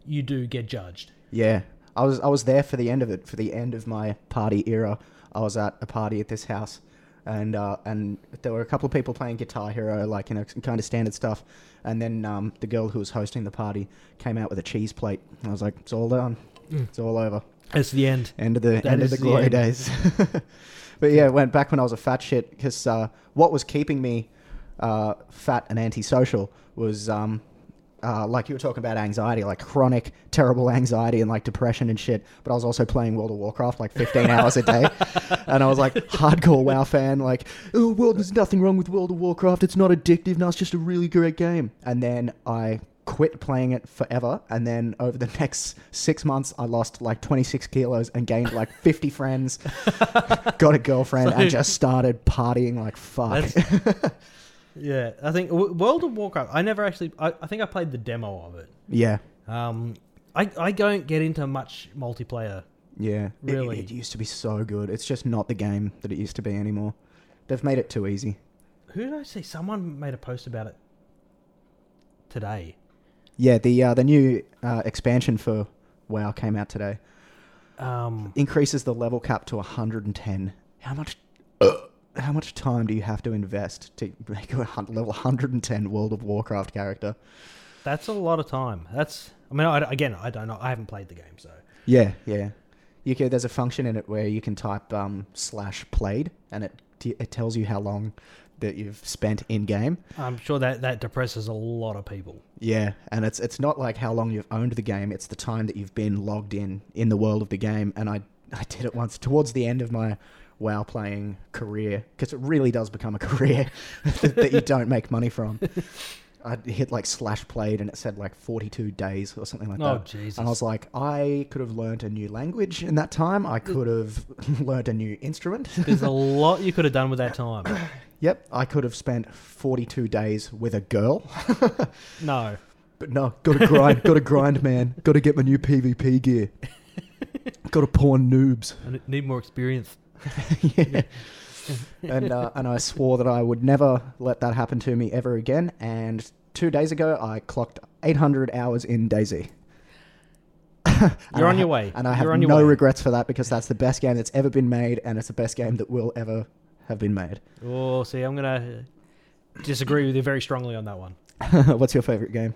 [SPEAKER 1] you do get judged.
[SPEAKER 2] yeah. I was I was there for the end of it, for the end of my party era. I was at a party at this house, and uh, and there were a couple of people playing Guitar Hero, like you know, kind of standard stuff. And then um, the girl who was hosting the party came out with a cheese plate. And I was like, "It's all done. It's all over."
[SPEAKER 1] That's the end.
[SPEAKER 2] End of the
[SPEAKER 1] That
[SPEAKER 2] end
[SPEAKER 1] is
[SPEAKER 2] of the
[SPEAKER 1] the
[SPEAKER 2] glory
[SPEAKER 1] end.
[SPEAKER 2] days. but yeah, went back when I was a fat shit because uh, what was keeping me uh, fat and antisocial was um, uh, like you were talking about anxiety, like chronic, terrible anxiety and like depression and shit. But I was also playing World of Warcraft like 15 hours a day, and I was like hardcore WoW fan. Like, oh, world, there's nothing wrong with World of Warcraft. It's not addictive. No, it's just a really great game. And then I quit playing it forever and then over the next six months i lost like 26 kilos and gained like 50 friends got a girlfriend and just started partying like fuck
[SPEAKER 1] That's- yeah, I think W- World of Warcraft. I never actually. I, I think I played the demo of it.
[SPEAKER 2] yeah
[SPEAKER 1] Um, I I don't get into much multiplayer.
[SPEAKER 2] yeah It-
[SPEAKER 1] Really?
[SPEAKER 2] it, used to be so good it's just not the game that it used to be anymore they've made it too easy
[SPEAKER 1] Who did I see? Someone made a post about it today.
[SPEAKER 2] yeah the uh, the new uh, expansion for wow came out today
[SPEAKER 1] Um,
[SPEAKER 2] increases the level cap to 110 how much how much time do you have to invest to make a hun- level 110 world of warcraft character
[SPEAKER 1] that's a lot of time. That's. I mean, I, again, I don't know. I haven't played the game, so.
[SPEAKER 2] Yeah, yeah. You can, there's a function in it where you can type um, slash played, and it t- it tells you how long that you've spent in game.
[SPEAKER 1] I'm sure that, that depresses a lot of people.
[SPEAKER 2] Yeah, and it's it's not like how long you've owned the game; it's the time that you've been logged in in the world of the game. And I I did it once towards the end of my WoW playing career because it really does become a career that, that you don't make money from. I hit like slash played and it said like 42 days or something like
[SPEAKER 1] Oh,
[SPEAKER 2] that.
[SPEAKER 1] Jesus.
[SPEAKER 2] And I was like, I could have learnt a new language in that time. I could have learnt a new instrument.
[SPEAKER 1] There's a lot you could have done with that time.
[SPEAKER 2] yep, I could have spent 42 days with a girl.
[SPEAKER 1] No.
[SPEAKER 2] But no, gotta grind, gotta grind, man. Gotta get my new PvP gear. Got to pawn noobs.
[SPEAKER 1] I need more experience.
[SPEAKER 2] yeah. and uh, and I swore that I would never let that happen to me ever again. And two days ago, I clocked 800 hours in Daisy. And
[SPEAKER 1] You're
[SPEAKER 2] I
[SPEAKER 1] on your
[SPEAKER 2] ha-
[SPEAKER 1] way.
[SPEAKER 2] and I have
[SPEAKER 1] You're on your
[SPEAKER 2] no
[SPEAKER 1] way.
[SPEAKER 2] regrets for that because that's the best game that's ever been made, and it's the best game that will ever have been made.
[SPEAKER 1] Oh, see, I'm gonna uh, disagree with you very strongly on that one.
[SPEAKER 2] What's your favorite game?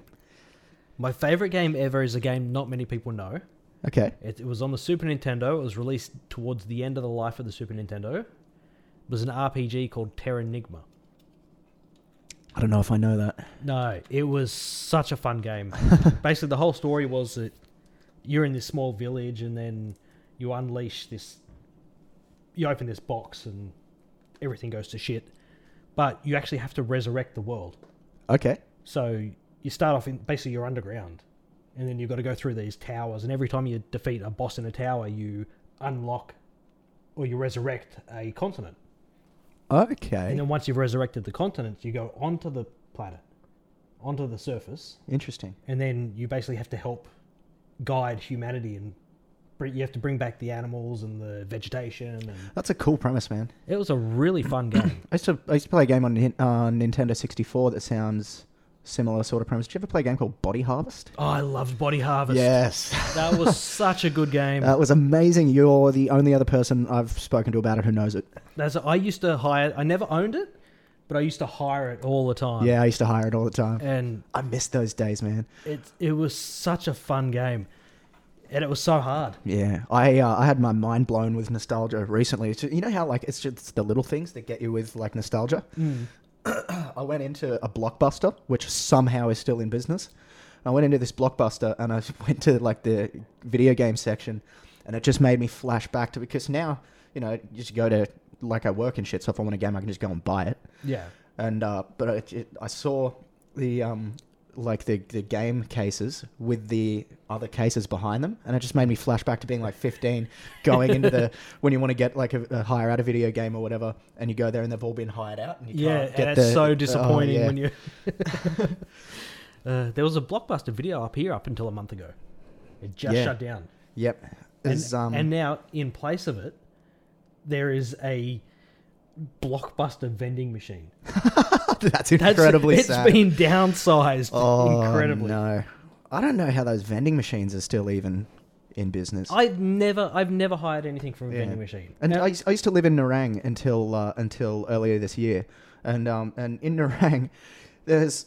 [SPEAKER 1] My favorite game ever is a game not many people know.
[SPEAKER 2] Okay,
[SPEAKER 1] It, it was on the Super Nintendo. It was released towards the end of the life of the Super Nintendo. It was an RPG called Terranigma.
[SPEAKER 2] I don't know if I know that.
[SPEAKER 1] No, it was such a fun game. Basically, the whole story was that you're in this small village, and then you unleash this. You open this box, and everything goes to shit. But you actually have to resurrect the world.
[SPEAKER 2] Okay,
[SPEAKER 1] So you start off in basically you're underground, and then you've got to go through these towers. And every time you defeat a boss in a tower, you unlock or you resurrect a continent. And
[SPEAKER 2] okay,
[SPEAKER 1] then once you've resurrected the continent, you go onto the planet, onto the surface,
[SPEAKER 2] interesting.
[SPEAKER 1] and then you basically have to help guide humanity and br- you have to bring back the animals and the vegetation and
[SPEAKER 2] That's a cool premise, man.
[SPEAKER 1] it was a really fun game
[SPEAKER 2] I used to I used to play a game on Nin- uh, Nintendo 64 that sounds similar sort of premise. Did you ever play a game called Body Harvest?
[SPEAKER 1] oh i loved body harvest
[SPEAKER 2] Yes.
[SPEAKER 1] that was such a good game
[SPEAKER 2] That was amazing. You're the only other person I've spoken to about it who knows it.
[SPEAKER 1] That's, i used to hire i never owned it but i used to hire it all the time
[SPEAKER 2] Yeah, I used to hire it all the time.
[SPEAKER 1] and
[SPEAKER 2] I miss those days, man.
[SPEAKER 1] it, it was such a fun game and it was so hard
[SPEAKER 2] Yeah, I uh, I had my mind blown with nostalgia recently. It's ju- you know how like it's just the little things that get you with like nostalgia. I went into a blockbuster, which somehow is still in business. I went into this blockbuster and I went to like the video game section, and it just made me flash back to because now you know you just go to like I work and shit. So if I want a game, I can just go and buy it.
[SPEAKER 1] yeah
[SPEAKER 2] and uh, but it, it, I saw the um, like the, the game cases with the other cases behind them, and it just made me flash back to being like 15, going into the when you want to get like a, a hire out a video game or whatever, and you go there and they've all been hired out, and you
[SPEAKER 1] yeah
[SPEAKER 2] can't get
[SPEAKER 1] and it's
[SPEAKER 2] the-
[SPEAKER 1] so
[SPEAKER 2] oh,
[SPEAKER 1] disappointing
[SPEAKER 2] yeah.
[SPEAKER 1] when you uh, there was a blockbuster video up here up until a month ago it just
[SPEAKER 2] Yeah.
[SPEAKER 1] shut down
[SPEAKER 2] Yep.
[SPEAKER 1] and,
[SPEAKER 2] It's, um,
[SPEAKER 1] and now in place of it there is a blockbuster vending machine
[SPEAKER 2] that's
[SPEAKER 1] That's-
[SPEAKER 2] incredibly
[SPEAKER 1] It's
[SPEAKER 2] sad.
[SPEAKER 1] been downsized
[SPEAKER 2] oh,
[SPEAKER 1] incredibly
[SPEAKER 2] No, I don't know how those vending machines are still even in business.
[SPEAKER 1] i've never i've never hired anything from a vending machine
[SPEAKER 2] And
[SPEAKER 1] Now-
[SPEAKER 2] I, used- I used to live in Narang until uh, until earlier this year, and um, and in Narang, there's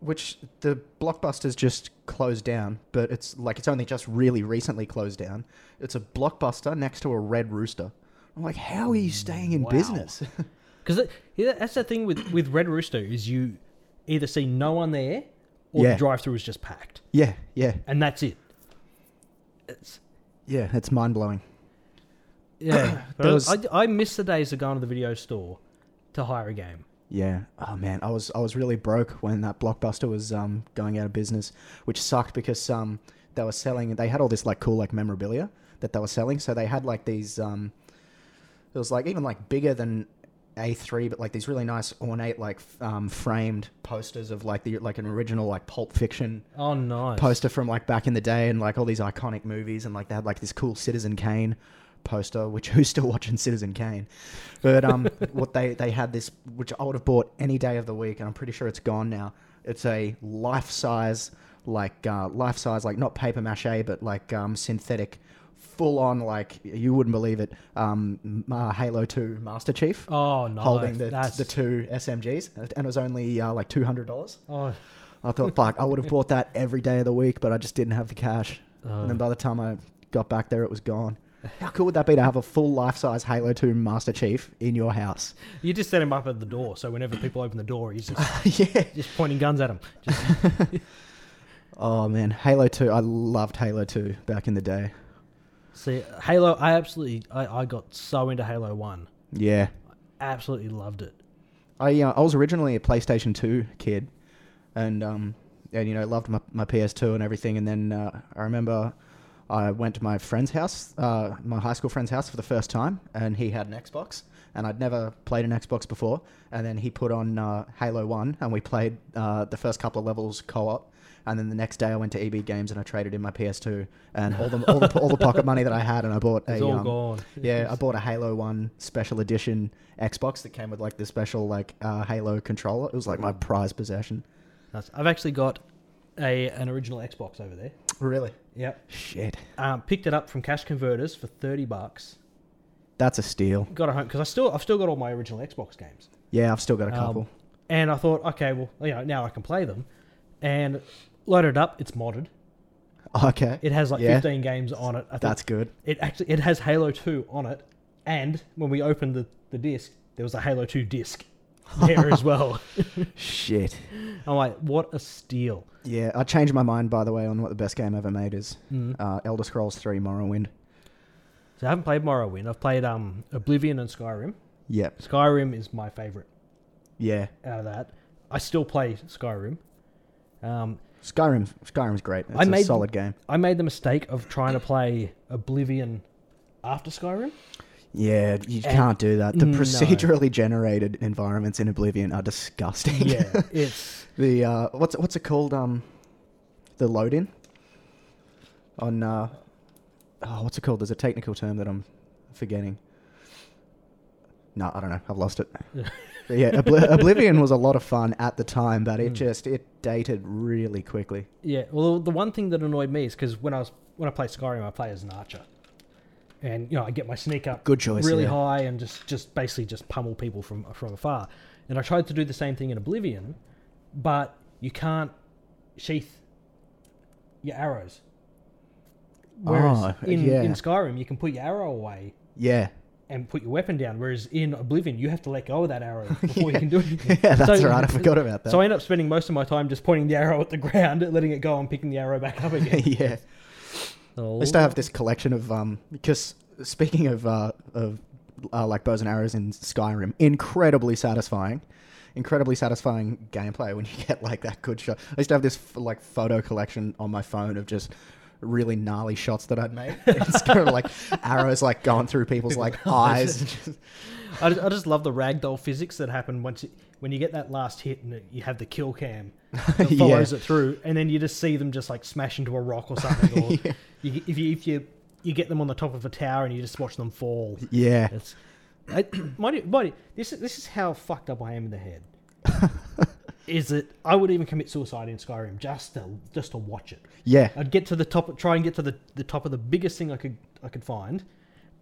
[SPEAKER 2] which the blockbusters just closed down, but it's like it's only just really recently closed down. It's a blockbuster next to a Red Rooster. I'm like, how are you staying in
[SPEAKER 1] Wow.
[SPEAKER 2] business?
[SPEAKER 1] Because yeah, that's the thing with with Red Rooster is you either see no one there, or
[SPEAKER 2] Yeah.
[SPEAKER 1] the drive-through is just packed,
[SPEAKER 2] yeah, yeah,
[SPEAKER 1] and that's it. It's,
[SPEAKER 2] yeah. It's mind blowing.
[SPEAKER 1] yeah,
[SPEAKER 2] There was-
[SPEAKER 1] I, I miss the days of going to the video store to hire a game.
[SPEAKER 2] Yeah. Oh man, I was I was really broke when that blockbuster was um, going out of business, which sucked because um, they were selling. They had all this like cool like memorabilia that they were selling. So they had like these. Um, it was like even like bigger than A3, but like these really nice ornate like f- um, framed posters of like the like an original like Pulp Fiction
[SPEAKER 1] Oh nice.
[SPEAKER 2] poster from like back in the day and like all these iconic movies and like they had like this cool Citizen Kane poster, which who's still watching Citizen Kane? But um, what they they had this, which I would have bought any day of the week, and I'm pretty sure it's gone now. It's a life size, like uh, life size, like not paper mache, but like um, synthetic. Full on, like you wouldn't believe it. Um, uh, Halo Two Master Chief
[SPEAKER 1] oh nice.
[SPEAKER 2] holding the,
[SPEAKER 1] that's,
[SPEAKER 2] the two SMGs, and it was only uh, like two hundred dollars.
[SPEAKER 1] oh,
[SPEAKER 2] I thought, fuck, I would have bought that every day of the week, but I just didn't have the cash.
[SPEAKER 1] oh.
[SPEAKER 2] and then by the time I got back there, it was gone. How cool would that be to have a full life size Halo 2 Master Chief in your house?
[SPEAKER 1] you just set him up at the door, so whenever people open the door, he's just,
[SPEAKER 2] yeah.
[SPEAKER 1] just pointing guns at them. Just,
[SPEAKER 2] Oh, man. Halo 2. I loved Halo 2 back in the day.
[SPEAKER 1] see, Halo. I absolutely, I, I got so into Halo One.
[SPEAKER 2] Yeah.
[SPEAKER 1] Absolutely loved it.
[SPEAKER 2] I, uh, I was originally a PlayStation 2 kid and, um, and you know, loved my, my PS2 and everything. And then uh, I remember I went to my friend's house, uh, my high school friend's house for the first time, and he had an Xbox, and I'd never played an Xbox before. And then he put on uh, Halo One, and we played uh, the first couple of levels co-op. And then the next day, I went to EB Games and I traded in my PS2 and all the all the, all the pocket money that I had, and I bought
[SPEAKER 1] It's
[SPEAKER 2] a
[SPEAKER 1] all
[SPEAKER 2] um,
[SPEAKER 1] gone.
[SPEAKER 2] yeah, I bought a Halo One special edition Xbox that came with like the special like uh, Halo controller. It was like my prized possession.
[SPEAKER 1] That's- I've actually got a an original Xbox over there.
[SPEAKER 2] Really?
[SPEAKER 1] Yep.
[SPEAKER 2] Shit,
[SPEAKER 1] Um, picked it up from Cash Converters for thirty bucks.
[SPEAKER 2] that's a steal.
[SPEAKER 1] Got it home because I still I've still got all my original Xbox games.
[SPEAKER 2] Yeah, I've still got a
[SPEAKER 1] Um,
[SPEAKER 2] couple.
[SPEAKER 1] and I thought, okay, well, you know, now I can play them. And loaded it up. It's modded.
[SPEAKER 2] okay,
[SPEAKER 1] It has like
[SPEAKER 2] Yeah.
[SPEAKER 1] 15 games on it. I think
[SPEAKER 2] that's good.
[SPEAKER 1] it actually it has Halo 2 on it. And when we opened the, the disc, there was a Halo 2 disc there as well.
[SPEAKER 2] Shit.
[SPEAKER 1] I'm like, what a steal.
[SPEAKER 2] Yeah, I changed my mind by the way on what the best game ever made is.
[SPEAKER 1] Mm.
[SPEAKER 2] Uh, Elder Scrolls Three: Morrowind.
[SPEAKER 1] So I haven't played Morrowind. I've played um Oblivion and Skyrim.
[SPEAKER 2] Yep.
[SPEAKER 1] Skyrim is my favorite
[SPEAKER 2] Yeah.
[SPEAKER 1] out of that. I still play Skyrim. Um,
[SPEAKER 2] Skyrim. Skyrim's great. It's
[SPEAKER 1] I
[SPEAKER 2] a
[SPEAKER 1] made-
[SPEAKER 2] solid game.
[SPEAKER 1] I made the mistake of trying to play Oblivion after Skyrim.
[SPEAKER 2] Yeah, you
[SPEAKER 1] And-
[SPEAKER 2] can't do that. The
[SPEAKER 1] Eh, No.
[SPEAKER 2] procedurally generated environments in Oblivion are disgusting.
[SPEAKER 1] Yeah, it's
[SPEAKER 2] The uh, what's what's it called? Um, the load in. On uh, oh, what's it called? There's a technical term that I'm forgetting. No, I don't know. I've lost it. But yeah, Obli- Oblivion was a lot of fun at the time, but it
[SPEAKER 1] Mm.
[SPEAKER 2] just it dated really quickly.
[SPEAKER 1] Yeah, well, the one thing that annoyed me is because when I was when I play Skyrim, I play as an archer, and you know I get my sneak up
[SPEAKER 2] Good choice,
[SPEAKER 1] really
[SPEAKER 2] yeah.
[SPEAKER 1] high, and just just basically just pummel people from from afar. And I tried to do the same thing in Oblivion, but you can't sheath your arrows. Whereas
[SPEAKER 2] Oh,
[SPEAKER 1] in,
[SPEAKER 2] yeah.
[SPEAKER 1] in Skyrim, you can put your arrow away
[SPEAKER 2] Yeah,
[SPEAKER 1] and put your weapon down. Whereas in Oblivion, you have to let go of that arrow before you can do anything.
[SPEAKER 2] yeah, that's
[SPEAKER 1] So-
[SPEAKER 2] right. I forgot about that.
[SPEAKER 1] So I end up spending most of my time just pointing the arrow at the ground, letting it go, and picking the arrow back up again.
[SPEAKER 2] yeah. I used to have this collection of um because speaking of uh of uh, like bows and arrows in Skyrim, incredibly satisfying, incredibly satisfying gameplay when you get like that good shot. I used to have this f- like photo collection on my phone of just really gnarly shots that I'd made. It's kind of like arrows like going through people's like eyes. and just-
[SPEAKER 1] I just, I just love the ragdoll physics that happen once you, when you get that last hit and you have the kill cam that
[SPEAKER 2] Yeah.
[SPEAKER 1] follows it through, and then you just see them just like smash into a rock or something, or you, if you if you you get them on the top of a tower and you just watch them fall.
[SPEAKER 2] yeah,
[SPEAKER 1] It's, I, mind you, mind you, this is this is how fucked up I am in the head. is that I would even commit suicide in Skyrim just to just to watch it.
[SPEAKER 2] yeah.
[SPEAKER 1] I'd get to the top, try and get to the, the top of the biggest thing I could I could find,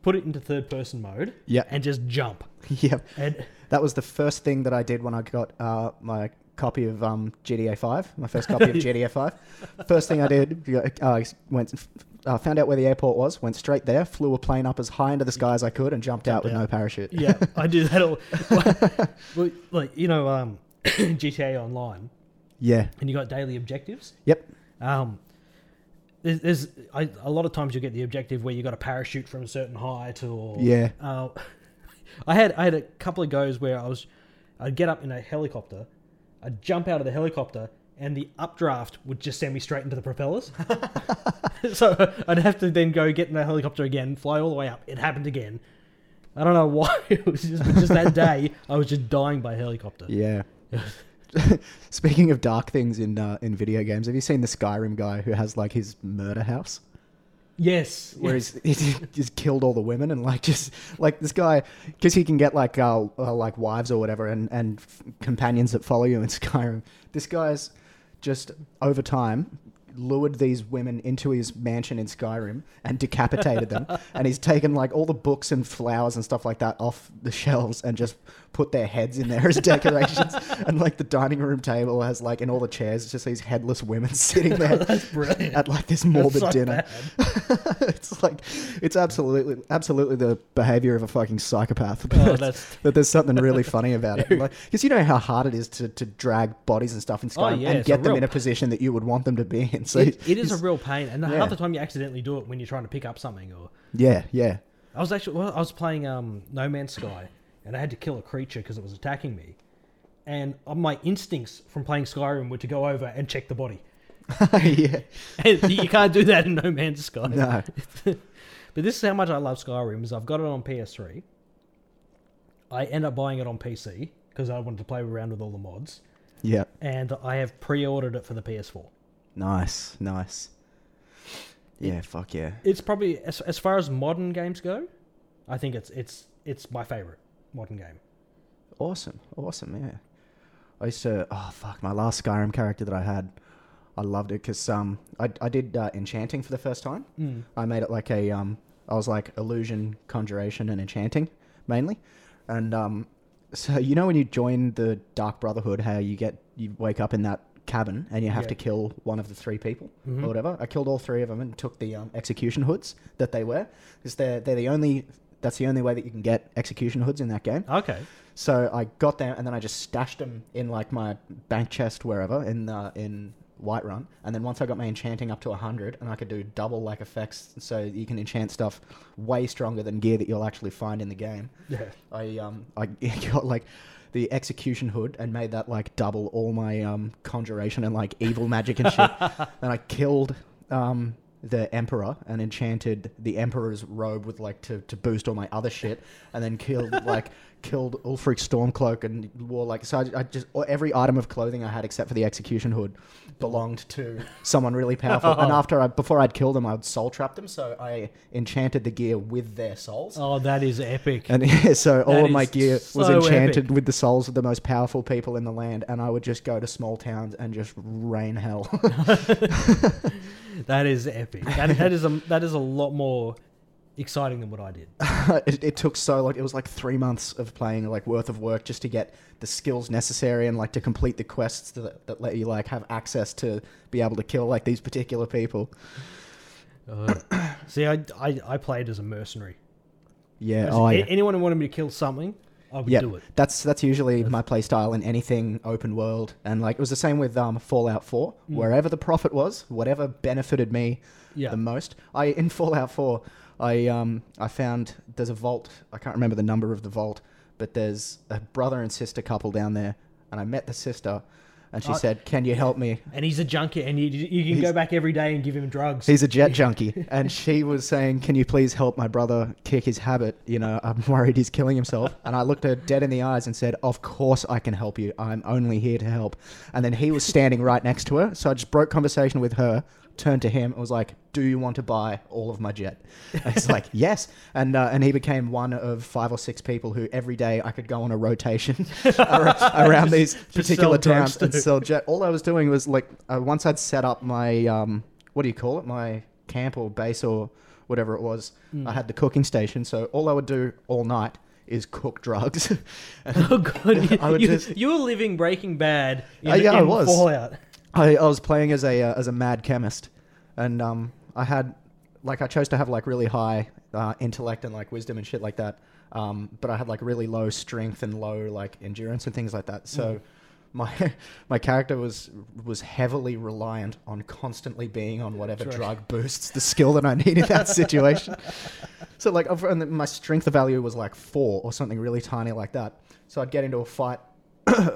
[SPEAKER 1] put it into third person mode,
[SPEAKER 2] Yeah.
[SPEAKER 1] and just jump.
[SPEAKER 2] Yep.
[SPEAKER 1] And
[SPEAKER 2] That was the first thing that I did when I got uh, my copy of um, GTA 5, my first copy of GTA 5. First thing I did, uh, went, uh, found out where the airport was, went straight there, flew a plane up as high into the sky as I could, and jumped out with
[SPEAKER 1] out.
[SPEAKER 2] no parachute.
[SPEAKER 1] yeah, I do that all. Well, well, like you know, um, GTA Online,
[SPEAKER 2] Yeah.
[SPEAKER 1] and you got daily objectives.
[SPEAKER 2] Yep.
[SPEAKER 1] Um, there's, there's I, a lot of times you get the objective where you got a parachute from a certain height, or
[SPEAKER 2] Yeah.
[SPEAKER 1] Uh, I had I had a couple of goes where I was, I'd get up in a helicopter, I'd jump out of the helicopter, and the updraft would just send me straight into the propellers. so I'd have to then go get in the helicopter again, fly all the way up. It happened again. I don't know why it was just, but just that day I was just dying by helicopter.
[SPEAKER 2] Yeah. Speaking of dark things in uh, in video games, have you seen the Skyrim guy who has like his murder house?
[SPEAKER 1] Yes,
[SPEAKER 2] where he's, he's just killed all the women and like just like this guy because he can get like uh, uh like wives or whatever and and f- companions that follow you in Skyrim. This guy's just over time lured these women into his mansion in Skyrim and decapitated them and he's taken like all the books and flowers and stuff like that off the shelves and just put their heads in there as decorations and like the dining room table has like in all the chairs it's just these headless women sitting there
[SPEAKER 1] that's brilliant.
[SPEAKER 2] at like this
[SPEAKER 1] That's
[SPEAKER 2] morbid
[SPEAKER 1] so
[SPEAKER 2] dinner
[SPEAKER 1] bad.
[SPEAKER 2] it's like it's absolutely absolutely the behavior of a fucking psychopath.
[SPEAKER 1] Oh, that's-
[SPEAKER 2] that there's something really funny about it. Like, because you know how hard it is to, to drag bodies and stuff in Skyrim
[SPEAKER 1] Oh, yeah,
[SPEAKER 2] and
[SPEAKER 1] it's a
[SPEAKER 2] get them
[SPEAKER 1] real
[SPEAKER 2] in a position that you would want them to be in. So
[SPEAKER 1] it, it is a real pain, and
[SPEAKER 2] Yeah.
[SPEAKER 1] half the time you accidentally do it when you're trying to pick up something. Or
[SPEAKER 2] yeah, yeah,
[SPEAKER 1] I was actually, well, I was playing um, No Man's Sky, and I had to kill a creature because it was attacking me, and uh, my instincts from playing Skyrim were to go over and check the body.
[SPEAKER 2] yeah.
[SPEAKER 1] you can't do that in No Man's Sky.
[SPEAKER 2] No.
[SPEAKER 1] But this is how much I love Skyrim. Is I've got it on PS3. I end up buying it on PC because I wanted to play around with all the mods,
[SPEAKER 2] Yeah.
[SPEAKER 1] and I have pre-ordered it for the PS4.
[SPEAKER 2] Nice. Nice. Yeah. Fuck yeah.
[SPEAKER 1] It's probably as, as far as modern games go, I think it's it's it's my favorite modern game.
[SPEAKER 2] Awesome. Awesome. Yeah. I used to. Oh fuck. My last Skyrim character that I had, I loved it because um, I I did uh, enchanting for the first time.
[SPEAKER 1] Mm.
[SPEAKER 2] I made it like a um, I was like illusion, conjuration, and enchanting mainly, and um, so you know when you join the Dark Brotherhood, how you get you wake up in that cabin and you have
[SPEAKER 1] Yeah.
[SPEAKER 2] to kill one of the three people
[SPEAKER 1] Mhm.
[SPEAKER 2] or whatever. I killed all three of them and took the um, execution hoods that they wear because they're they're the only that's the only way that you can get execution hoods in that game.
[SPEAKER 1] Okay,
[SPEAKER 2] So I got them, and then I just stashed them in like my bank chest wherever in uh, in Whiterun. And then once I got my enchanting up to hundred, and I could do double like effects, so you can enchant stuff way stronger than gear that you'll actually find in the game.
[SPEAKER 1] yeah,
[SPEAKER 2] I um I got like the execution hood and made that like double all my um conjuration and like evil magic and shit. and I killed um the emperor and enchanted the emperor's robe with like to, to boost all my other shit and then killed like killed Ulfric Stormcloak and wore like so I, I just or every item of clothing I had except for the execution hood belonged to someone really powerful and after I before I'd kill them I would soul trap them so I enchanted the gear with their souls
[SPEAKER 1] oh, that is epic.
[SPEAKER 2] and yeah, so all
[SPEAKER 1] That
[SPEAKER 2] of my
[SPEAKER 1] is
[SPEAKER 2] gear was
[SPEAKER 1] so
[SPEAKER 2] enchanted
[SPEAKER 1] epic.
[SPEAKER 2] with the souls of the most powerful people in the land, and I would just go to small towns and just rain hell.
[SPEAKER 1] that is epic. That, that is a that is a lot more exciting than what I did.
[SPEAKER 2] it, it took so long; it was like three months of playing, like worth of work, just to get the skills necessary and like to complete the quests that, that let you like have access to be able to kill like these particular people.
[SPEAKER 1] Uh, see, I, I I played as a mercenary.
[SPEAKER 2] Yeah,
[SPEAKER 1] As
[SPEAKER 2] oh,
[SPEAKER 1] a-
[SPEAKER 2] yeah.
[SPEAKER 1] Anyone who wanted me to kill something, I would
[SPEAKER 2] yeah,
[SPEAKER 1] do it.
[SPEAKER 2] that's that's usually my playstyle in anything open world, and like it was the same with um, Fallout Four.
[SPEAKER 1] Mm.
[SPEAKER 2] Wherever the profit was, whatever benefited me
[SPEAKER 1] Yeah.
[SPEAKER 2] the most. I in Fallout Four, I um I found there's a vault. I can't remember the number of the vault, but there's a brother and sister couple down there, and I met the sister, and she
[SPEAKER 1] Oh.
[SPEAKER 2] said, "Can you help me?"
[SPEAKER 1] And he's a junkie, and you, you can go back every day and give him drugs.
[SPEAKER 2] He's a jet junkie, and she was saying, "Can you please help my brother kick his habit? You know, I'm worried he's killing himself." And I looked her dead in the eyes and said, "Of course I can help you. I'm only here to help." And then he was standing right next to her, so I just broke conversation with her, turned to him, and was like, "Do you want to buy all of my jet?" And he's like, "Yes." And uh, and he became one of five or six people who every day I could go on a rotation ar- around these particular
[SPEAKER 1] sell
[SPEAKER 2] towns
[SPEAKER 1] drugs
[SPEAKER 2] and
[SPEAKER 1] to-
[SPEAKER 2] sell jet. All I was doing was like, uh, once I'd set up my um, what do you call it, my camp or base or whatever it was,
[SPEAKER 1] Hmm.
[SPEAKER 2] I had the cooking station. So all I would do all night is cook drugs. And
[SPEAKER 1] Oh god, you,
[SPEAKER 2] I would
[SPEAKER 1] you,
[SPEAKER 2] just-
[SPEAKER 1] you were living Breaking Bad in,
[SPEAKER 2] Uh, yeah, I
[SPEAKER 1] in
[SPEAKER 2] was.
[SPEAKER 1] Fallout.
[SPEAKER 2] I, I was playing as a uh, as a mad chemist, and um, I had like I chose to have like really high uh, intellect and like wisdom and shit like that. Um, but I had like really low strength and low like endurance and things like that. So my my character was was heavily reliant on constantly being on whatever
[SPEAKER 1] Drug.
[SPEAKER 2] drug boosts the skill that I need in that situation. So like, I've- and my strength value was like four or something really tiny like that. So I'd get into a fight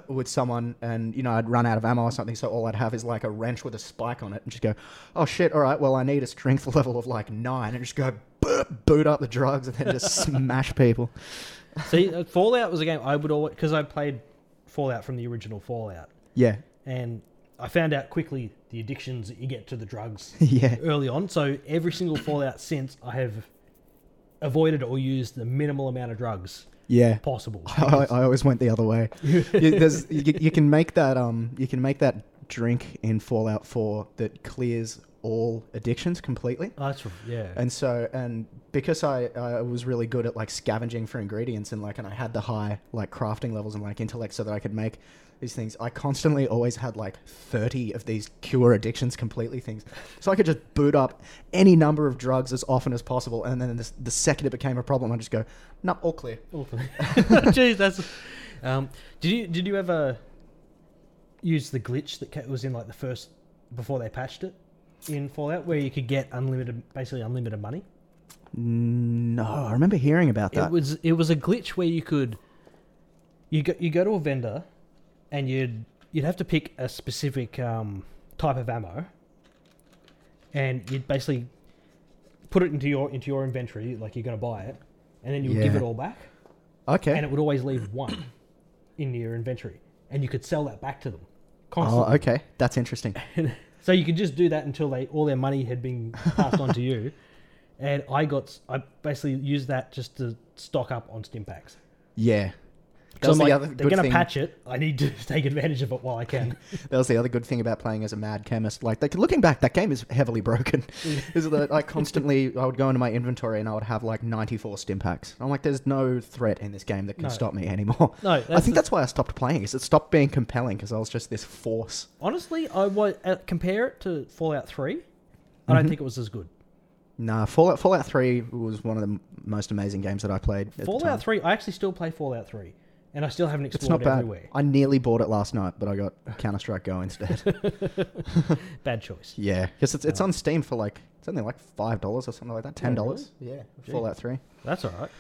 [SPEAKER 2] with someone, and you know, I'd run out of ammo or something. So all I'd have is like a wrench with a spike on it, and just go, "Oh shit! All right, well, I need a strength level of like nine, and just go boop, boot up the drugs, and then just smash people.
[SPEAKER 1] See, uh, Fallout was a game I would always because I played Fallout from the original Fallout,
[SPEAKER 2] Yeah,
[SPEAKER 1] and I found out quickly the addictions that you get to the drugs
[SPEAKER 2] yeah,
[SPEAKER 1] early on. So every single Fallout since, I have avoided or used the minimal amount of drugs
[SPEAKER 2] yeah.
[SPEAKER 1] possible.
[SPEAKER 2] I, I always went the other way. you, there's, you, you can make that um, you can make that drink in Fallout Four that clears all addictions completely.
[SPEAKER 1] Oh, that's yeah.
[SPEAKER 2] And so, and because I, I was really good at like scavenging for ingredients and like, and I had the high like crafting levels and like intellect so that I could make these things, I constantly always had like 30 of these cure addictions completely things. So I could just boot up any number of drugs as often as possible. And then the, the second it became a problem, I just go, no, all clear.
[SPEAKER 1] Awful. Jeez, that's. Um, did you did you ever use the glitch that ca- was in like the first before they patched it in Fallout, where you could get unlimited, basically unlimited money?
[SPEAKER 2] No, I remember hearing about that.
[SPEAKER 1] It was it was a glitch where you could you go you go to a vendor and you'd you'd have to pick a specific um, type of ammo and you'd basically put it into your into your inventory, like you're going to buy it, and then you would give
[SPEAKER 2] Yeah.
[SPEAKER 1] it all back,
[SPEAKER 2] Okay.
[SPEAKER 1] and it would always leave one in your inventory, and you could sell that back to them constantly.
[SPEAKER 2] oh, okay. That's interesting.
[SPEAKER 1] So you could just do that until they all their money had been passed on to you. And I got I basically used that just to stock up on stim packs.
[SPEAKER 2] Yeah. That
[SPEAKER 1] So I'm
[SPEAKER 2] was, the
[SPEAKER 1] like,
[SPEAKER 2] other
[SPEAKER 1] they're
[SPEAKER 2] good
[SPEAKER 1] gonna
[SPEAKER 2] thing,
[SPEAKER 1] patch it. I need to take advantage of it while I can.
[SPEAKER 2] that was the other good thing about playing as a mad chemist. Like, like looking back, that game is heavily broken. is that I constantly I would go into my inventory and I would have like 94 stim packs. I'm like, there's no threat in this game that can
[SPEAKER 1] No.
[SPEAKER 2] stop me anymore.
[SPEAKER 1] No,
[SPEAKER 2] I
[SPEAKER 1] that's
[SPEAKER 2] think
[SPEAKER 1] the-
[SPEAKER 2] that's why I stopped playing. Is it stopped being compelling because I was just this force.
[SPEAKER 1] Honestly, I was uh, compare it to Fallout Three. I don't think it was as good.
[SPEAKER 2] Nah, Fallout Fallout 3 was one of the m- most amazing games that I played. at the time.
[SPEAKER 1] Fallout Three. I actually still play Fallout Three, and I still haven't explored
[SPEAKER 2] It's not bad.
[SPEAKER 1] everywhere.
[SPEAKER 2] I nearly bought it last night, but I got Counter Strike Go instead.
[SPEAKER 1] Bad choice.
[SPEAKER 2] yeah, because it's, it's on Steam for like it's only like five dollars or something like that. Ten dollars.
[SPEAKER 1] Yeah,
[SPEAKER 2] Fallout Three.
[SPEAKER 1] That's all right.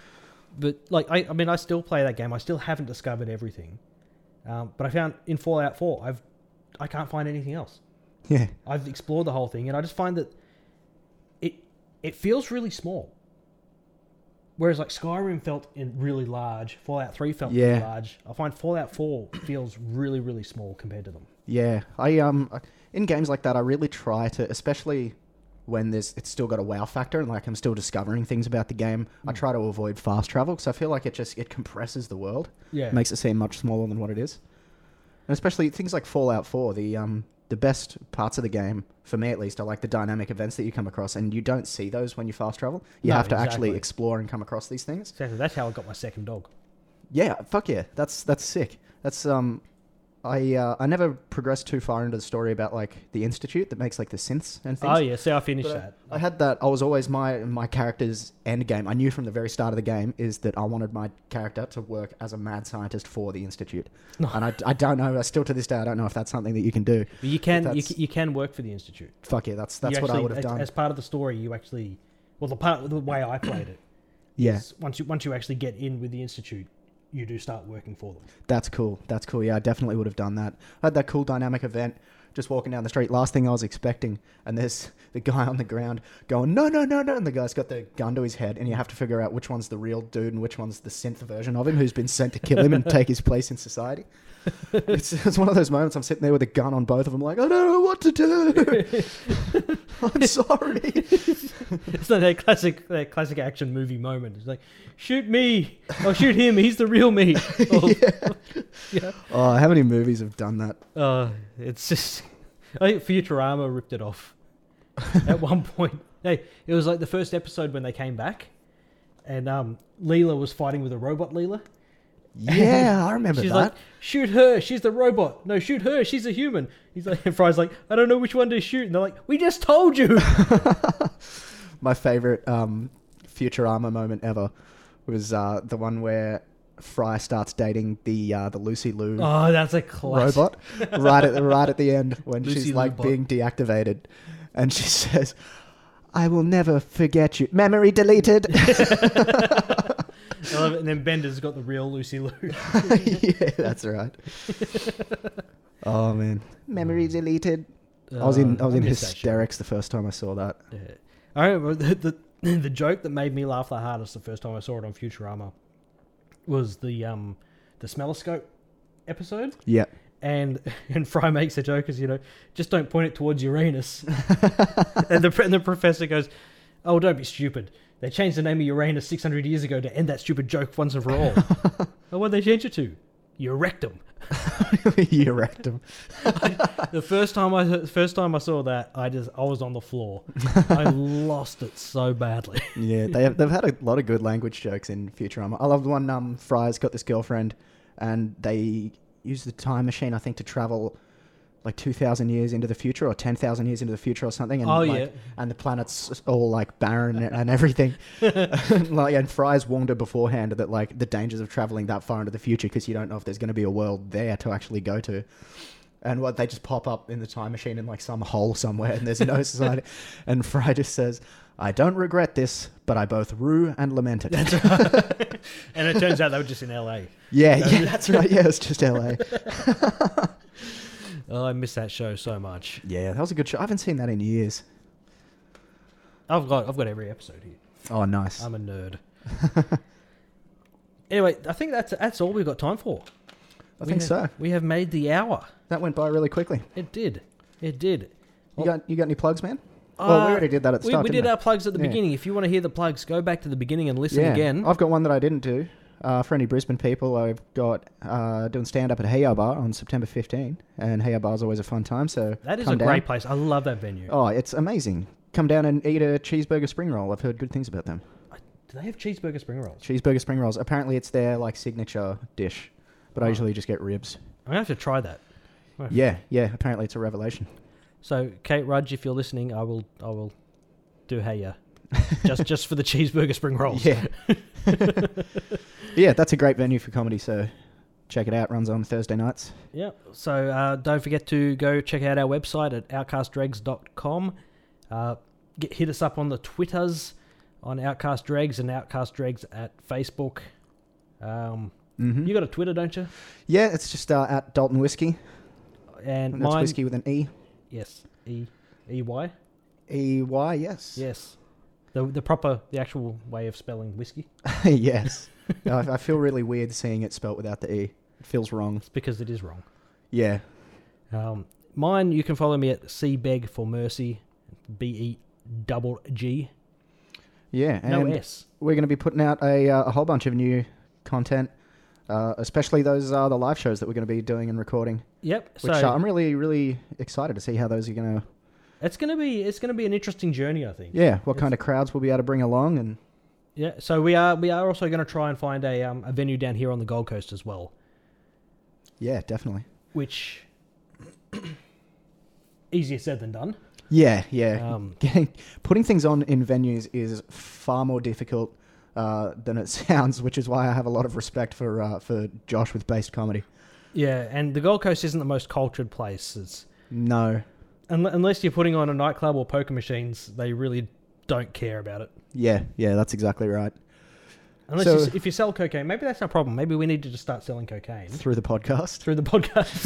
[SPEAKER 1] But like, I, I mean, I still play that game. I still haven't discovered everything. Um, but I found in Fallout Four, I've I can't find anything else.
[SPEAKER 2] Yeah.
[SPEAKER 1] I've explored the whole thing, and I just find that it it feels really small. Whereas like Skyrim felt in really large, Fallout Three felt really
[SPEAKER 2] Yeah.
[SPEAKER 1] large. I find Fallout Four feels really really small compared to them.
[SPEAKER 2] Yeah, I um I- in games like that, I really try to, especially when there's it's still got a wow factor and like I'm still discovering things about the game.
[SPEAKER 1] Mm.
[SPEAKER 2] I try to avoid fast travel because I feel like it just it compresses the world,
[SPEAKER 1] Yeah.
[SPEAKER 2] makes it seem much smaller than what it is, and especially things like Fallout Four. The um the best parts of the game for me at least are like the dynamic events that you come across, and you don't see those when you fast travel. You
[SPEAKER 1] No,
[SPEAKER 2] have to actually
[SPEAKER 1] exactly.
[SPEAKER 2] explore and come across these things.
[SPEAKER 1] Exactly. That's how I got my second dog.
[SPEAKER 2] Yeah, fuck yeah. That's that's sick. That's um I uh, I never progressed too far into the story about like the institute that makes like the synths and things.
[SPEAKER 1] Oh yeah, see, I finished
[SPEAKER 2] But I-
[SPEAKER 1] that.
[SPEAKER 2] I had that. I was always my my character's end game. I knew from the very start of the game is that I wanted my character to work as a mad scientist for the institute. And I, I don't know. I still to this day I don't know if that's something that you can do.
[SPEAKER 1] But you can you,
[SPEAKER 2] that's-
[SPEAKER 1] ca- you can work for the institute.
[SPEAKER 2] Fuck yeah, that's
[SPEAKER 1] You
[SPEAKER 2] that's what I
[SPEAKER 1] actually-
[SPEAKER 2] would have
[SPEAKER 1] as-
[SPEAKER 2] done.
[SPEAKER 1] as part of the story. You actually, well, the part the way I played it.
[SPEAKER 2] yeah,
[SPEAKER 1] is Once you once you actually get in with the institute, you do start working for them.
[SPEAKER 2] That's cool. That's cool. Yeah, I definitely would have done that. I had that cool dynamic event just walking down the street. Last thing I was expecting, and there's the guy on the ground going, no, no, no, no. And the guy's got the gun to his head, and you have to figure out which one's the real dude and which one's the synth version of him who's been sent to kill him and take his place in society. It's, it's one of those moments I'm sitting there with a gun on both of them, like, I don't know what to do. I'm sorry.
[SPEAKER 1] It's like that classic that classic action movie moment. It's like, shoot me, or shoot him. He's the real me. Or- yeah.
[SPEAKER 2] Oh, how many movies have done that?
[SPEAKER 1] Uh, it's just, I think Futurama ripped it off. At one point, they it was like the first episode when they came back, and um, Leela was fighting with a robot Leela.
[SPEAKER 2] Yeah, I remember
[SPEAKER 1] She's
[SPEAKER 2] that.
[SPEAKER 1] like, shoot her, she's the robot. No, shoot her, she's a human. He's like, and Fry's like, I don't know which one to shoot. And they're like, we just told you.
[SPEAKER 2] My favorite um, Futurama moment ever was uh, the one where Fry starts dating the uh, the Lucy Lou
[SPEAKER 1] oh, that's a classic.
[SPEAKER 2] robot right at the right at the end when
[SPEAKER 1] Lucy
[SPEAKER 2] she's like
[SPEAKER 1] Lubot.
[SPEAKER 2] being deactivated, and she says, "I will never forget you." Memory deleted.
[SPEAKER 1] I love it. And then Bender's got the real Lucy Lou.
[SPEAKER 2] yeah, that's right. oh man, memory deleted. I was in I was in
[SPEAKER 1] miss Uh, that shit.
[SPEAKER 2] hysterics the first time I saw that.
[SPEAKER 1] Yeah. I remember the, the the joke that made me laugh the hardest the first time I saw it on Futurama was the um the smelloscope episode.
[SPEAKER 2] Yeah.
[SPEAKER 1] And and Fry makes a joke as you know, just don't point it towards Uranus. and the and the professor goes, "Oh, don't be stupid. They changed the name of Uranus 600 years ago to end that stupid joke once and for all." oh, what they change it to? Your rectum.
[SPEAKER 2] you wrecked him.
[SPEAKER 1] The first time I the first time I saw that, I just I was on the floor. I lost it so badly.
[SPEAKER 2] Yeah, they have, they've had a lot of good language jokes in Futurama. I loved one. Um, Fry's got this girlfriend, and they use the time machine, I think, to travel like two thousand years into the future or ten thousand years into the future or something. And
[SPEAKER 1] Oh,
[SPEAKER 2] like,
[SPEAKER 1] yeah.
[SPEAKER 2] and the planet's all like barren and everything. and, like, and Fry's warned her beforehand that like the dangers of traveling that far into the future because you don't know if there's going to be a world there to actually go to. And what they just pop up in the time machine in like some hole somewhere, and there's no society. And Fry just says, "I don't regret this, but I both rue and lament it."
[SPEAKER 1] And it turns out they were just in LA.
[SPEAKER 2] yeah, yeah, that's right. Yeah, it's just LA.
[SPEAKER 1] Oh, I miss that show so much.
[SPEAKER 2] Yeah, that was a good show. I haven't seen that in years.
[SPEAKER 1] I've got I've got every episode here.
[SPEAKER 2] Oh, nice.
[SPEAKER 1] I'm a nerd. anyway, I think that's that's all we've got time for.
[SPEAKER 2] I think so.
[SPEAKER 1] We have made the hour.
[SPEAKER 2] That went by really quickly.
[SPEAKER 1] It did. It did.
[SPEAKER 2] You got you got any plugs, man? well, we
[SPEAKER 1] Oh. Uh,
[SPEAKER 2] already did that at the
[SPEAKER 1] we,
[SPEAKER 2] start.
[SPEAKER 1] we
[SPEAKER 2] didn't
[SPEAKER 1] did our plugs at the
[SPEAKER 2] Yeah.
[SPEAKER 1] beginning. If you want to hear the plugs, go back to the beginning and listen
[SPEAKER 2] yeah.
[SPEAKER 1] again.
[SPEAKER 2] I've got one that I didn't do. Uh, for any Brisbane people, I've got uh, doing stand up at Heya Bar on September 15, and Heya Bar's always a fun time. So
[SPEAKER 1] that is
[SPEAKER 2] come
[SPEAKER 1] a
[SPEAKER 2] down.
[SPEAKER 1] great place. I love that venue.
[SPEAKER 2] Oh, it's amazing. Come down and eat a cheeseburger spring roll. I've heard good things about them.
[SPEAKER 1] I- do they have cheeseburger spring rolls?
[SPEAKER 2] Cheeseburger spring rolls. Apparently, it's their like signature dish, but I usually just get ribs.
[SPEAKER 1] I'm gonna have to try that. Okay.
[SPEAKER 2] Yeah, yeah. Apparently, it's a revelation.
[SPEAKER 1] So, Kate Rudge, if you're listening, I will I will do hey ya. just just for the cheeseburger spring rolls.
[SPEAKER 2] Yeah. yeah, that's a great venue for comedy. So check it out. Runs on Thursday nights.
[SPEAKER 1] Yeah. So uh, don't forget to go check out our website at outcastdregs.com. Uh, get, hit us up on the Twitters on Outcast Dregs and Outcast Dregs at Facebook. Um,
[SPEAKER 2] Mm-hmm.
[SPEAKER 1] You got a Twitter, don't you?
[SPEAKER 2] yeah, it's just uh, at Dalton Whiskey.
[SPEAKER 1] And
[SPEAKER 2] And that's
[SPEAKER 1] mine,
[SPEAKER 2] whiskey with an E.
[SPEAKER 1] yes, E E Y,
[SPEAKER 2] E Y. Yes.
[SPEAKER 1] yes, the the proper the actual way of spelling whiskey.
[SPEAKER 2] yes. I, I feel really weird seeing it spelt without the E. It feels wrong.
[SPEAKER 1] It's because it is wrong.
[SPEAKER 2] Yeah.
[SPEAKER 1] Um, mine, you can follow me at C Beg for Mercy, B E double G,
[SPEAKER 2] Yeah.
[SPEAKER 1] no
[SPEAKER 2] and-
[SPEAKER 1] S.
[SPEAKER 2] we're going to be putting out a, uh, a whole bunch of new content, uh, especially those are the live shows that we're going to be doing and recording.
[SPEAKER 1] Yep.
[SPEAKER 2] Which
[SPEAKER 1] so
[SPEAKER 2] uh, I'm really, really excited to see how those are going to.
[SPEAKER 1] it's gonna be it's gonna be an interesting journey, I think.
[SPEAKER 2] Yeah, what kind of crowds we'll be able to bring along, and
[SPEAKER 1] Yeah. So we are we are also gonna try and find a um, a venue down here on the Gold Coast as well,
[SPEAKER 2] yeah, definitely.
[SPEAKER 1] which easier said than done.
[SPEAKER 2] Yeah, yeah.
[SPEAKER 1] Um,
[SPEAKER 2] Getting putting things on in venues is far more difficult. Uh, than it sounds, which is why I have a lot of respect for uh, for Josh with based comedy.
[SPEAKER 1] Yeah, and the Gold Coast isn't the most cultured place. It's
[SPEAKER 2] No,
[SPEAKER 1] unle- unless you're putting on a nightclub or poker machines, they really don't care about it.
[SPEAKER 2] yeah, yeah, that's exactly right.
[SPEAKER 1] Unless
[SPEAKER 2] So-
[SPEAKER 1] you, s- if you sell cocaine, maybe that's our problem. Maybe we need to just start selling cocaine
[SPEAKER 2] Through the podcast,
[SPEAKER 1] through the podcast.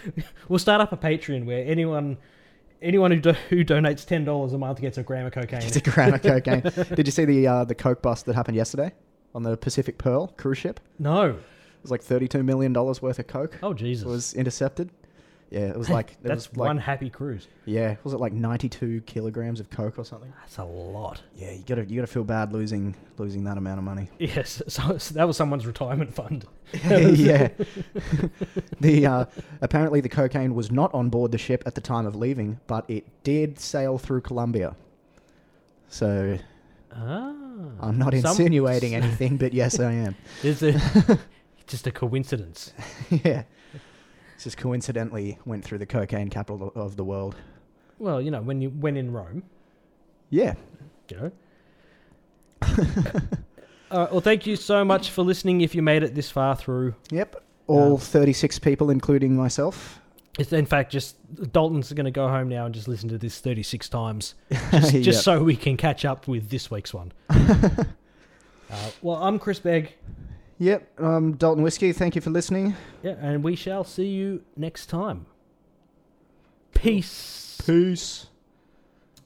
[SPEAKER 1] we'll start up a Patreon where anyone anyone who do, who donates ten dollars a month gets a gram of cocaine.
[SPEAKER 2] It's a gram of cocaine. Did you see the uh, the coke bust that happened yesterday on the Pacific Pearl cruise ship?
[SPEAKER 1] No,
[SPEAKER 2] It was like thirty two million dollars worth of coke
[SPEAKER 1] oh Jesus,
[SPEAKER 2] was intercepted. Yeah, it was like it
[SPEAKER 1] that's
[SPEAKER 2] was like,
[SPEAKER 1] one happy cruise.
[SPEAKER 2] Yeah, was it like ninety two kilograms of coke or something?
[SPEAKER 1] That's a lot.
[SPEAKER 2] Yeah, you gotta you gotta feel bad losing losing that amount of money.
[SPEAKER 1] Yes, so, so that was someone's retirement fund.
[SPEAKER 2] yeah, the uh, apparently the cocaine was not on board the ship at the time of leaving, but it did sail through Colombia. So
[SPEAKER 1] Ah,
[SPEAKER 2] I'm not
[SPEAKER 1] Some-
[SPEAKER 2] insinuating anything, but yes, I am.
[SPEAKER 1] Is it just a coincidence?
[SPEAKER 2] yeah. This just coincidentally went through the cocaine capital of the world.
[SPEAKER 1] Well, you know, when you when in Rome,
[SPEAKER 2] Yeah.
[SPEAKER 1] you know. All right, well, thank you so much for listening. If you made it this far through,
[SPEAKER 2] Yep. All
[SPEAKER 1] Um,
[SPEAKER 2] 36 people, including myself.
[SPEAKER 1] it's in fact just Dalton's going to go home now and just listen to this thirty six times, just,
[SPEAKER 2] Yep.
[SPEAKER 1] just so we can catch up with this week's one. uh, well, I'm Chris Begg,
[SPEAKER 2] Yep. Um, Dalton Whiskey, thank you for listening.
[SPEAKER 1] yeah, and we shall see you next time. Peace.
[SPEAKER 2] Peace.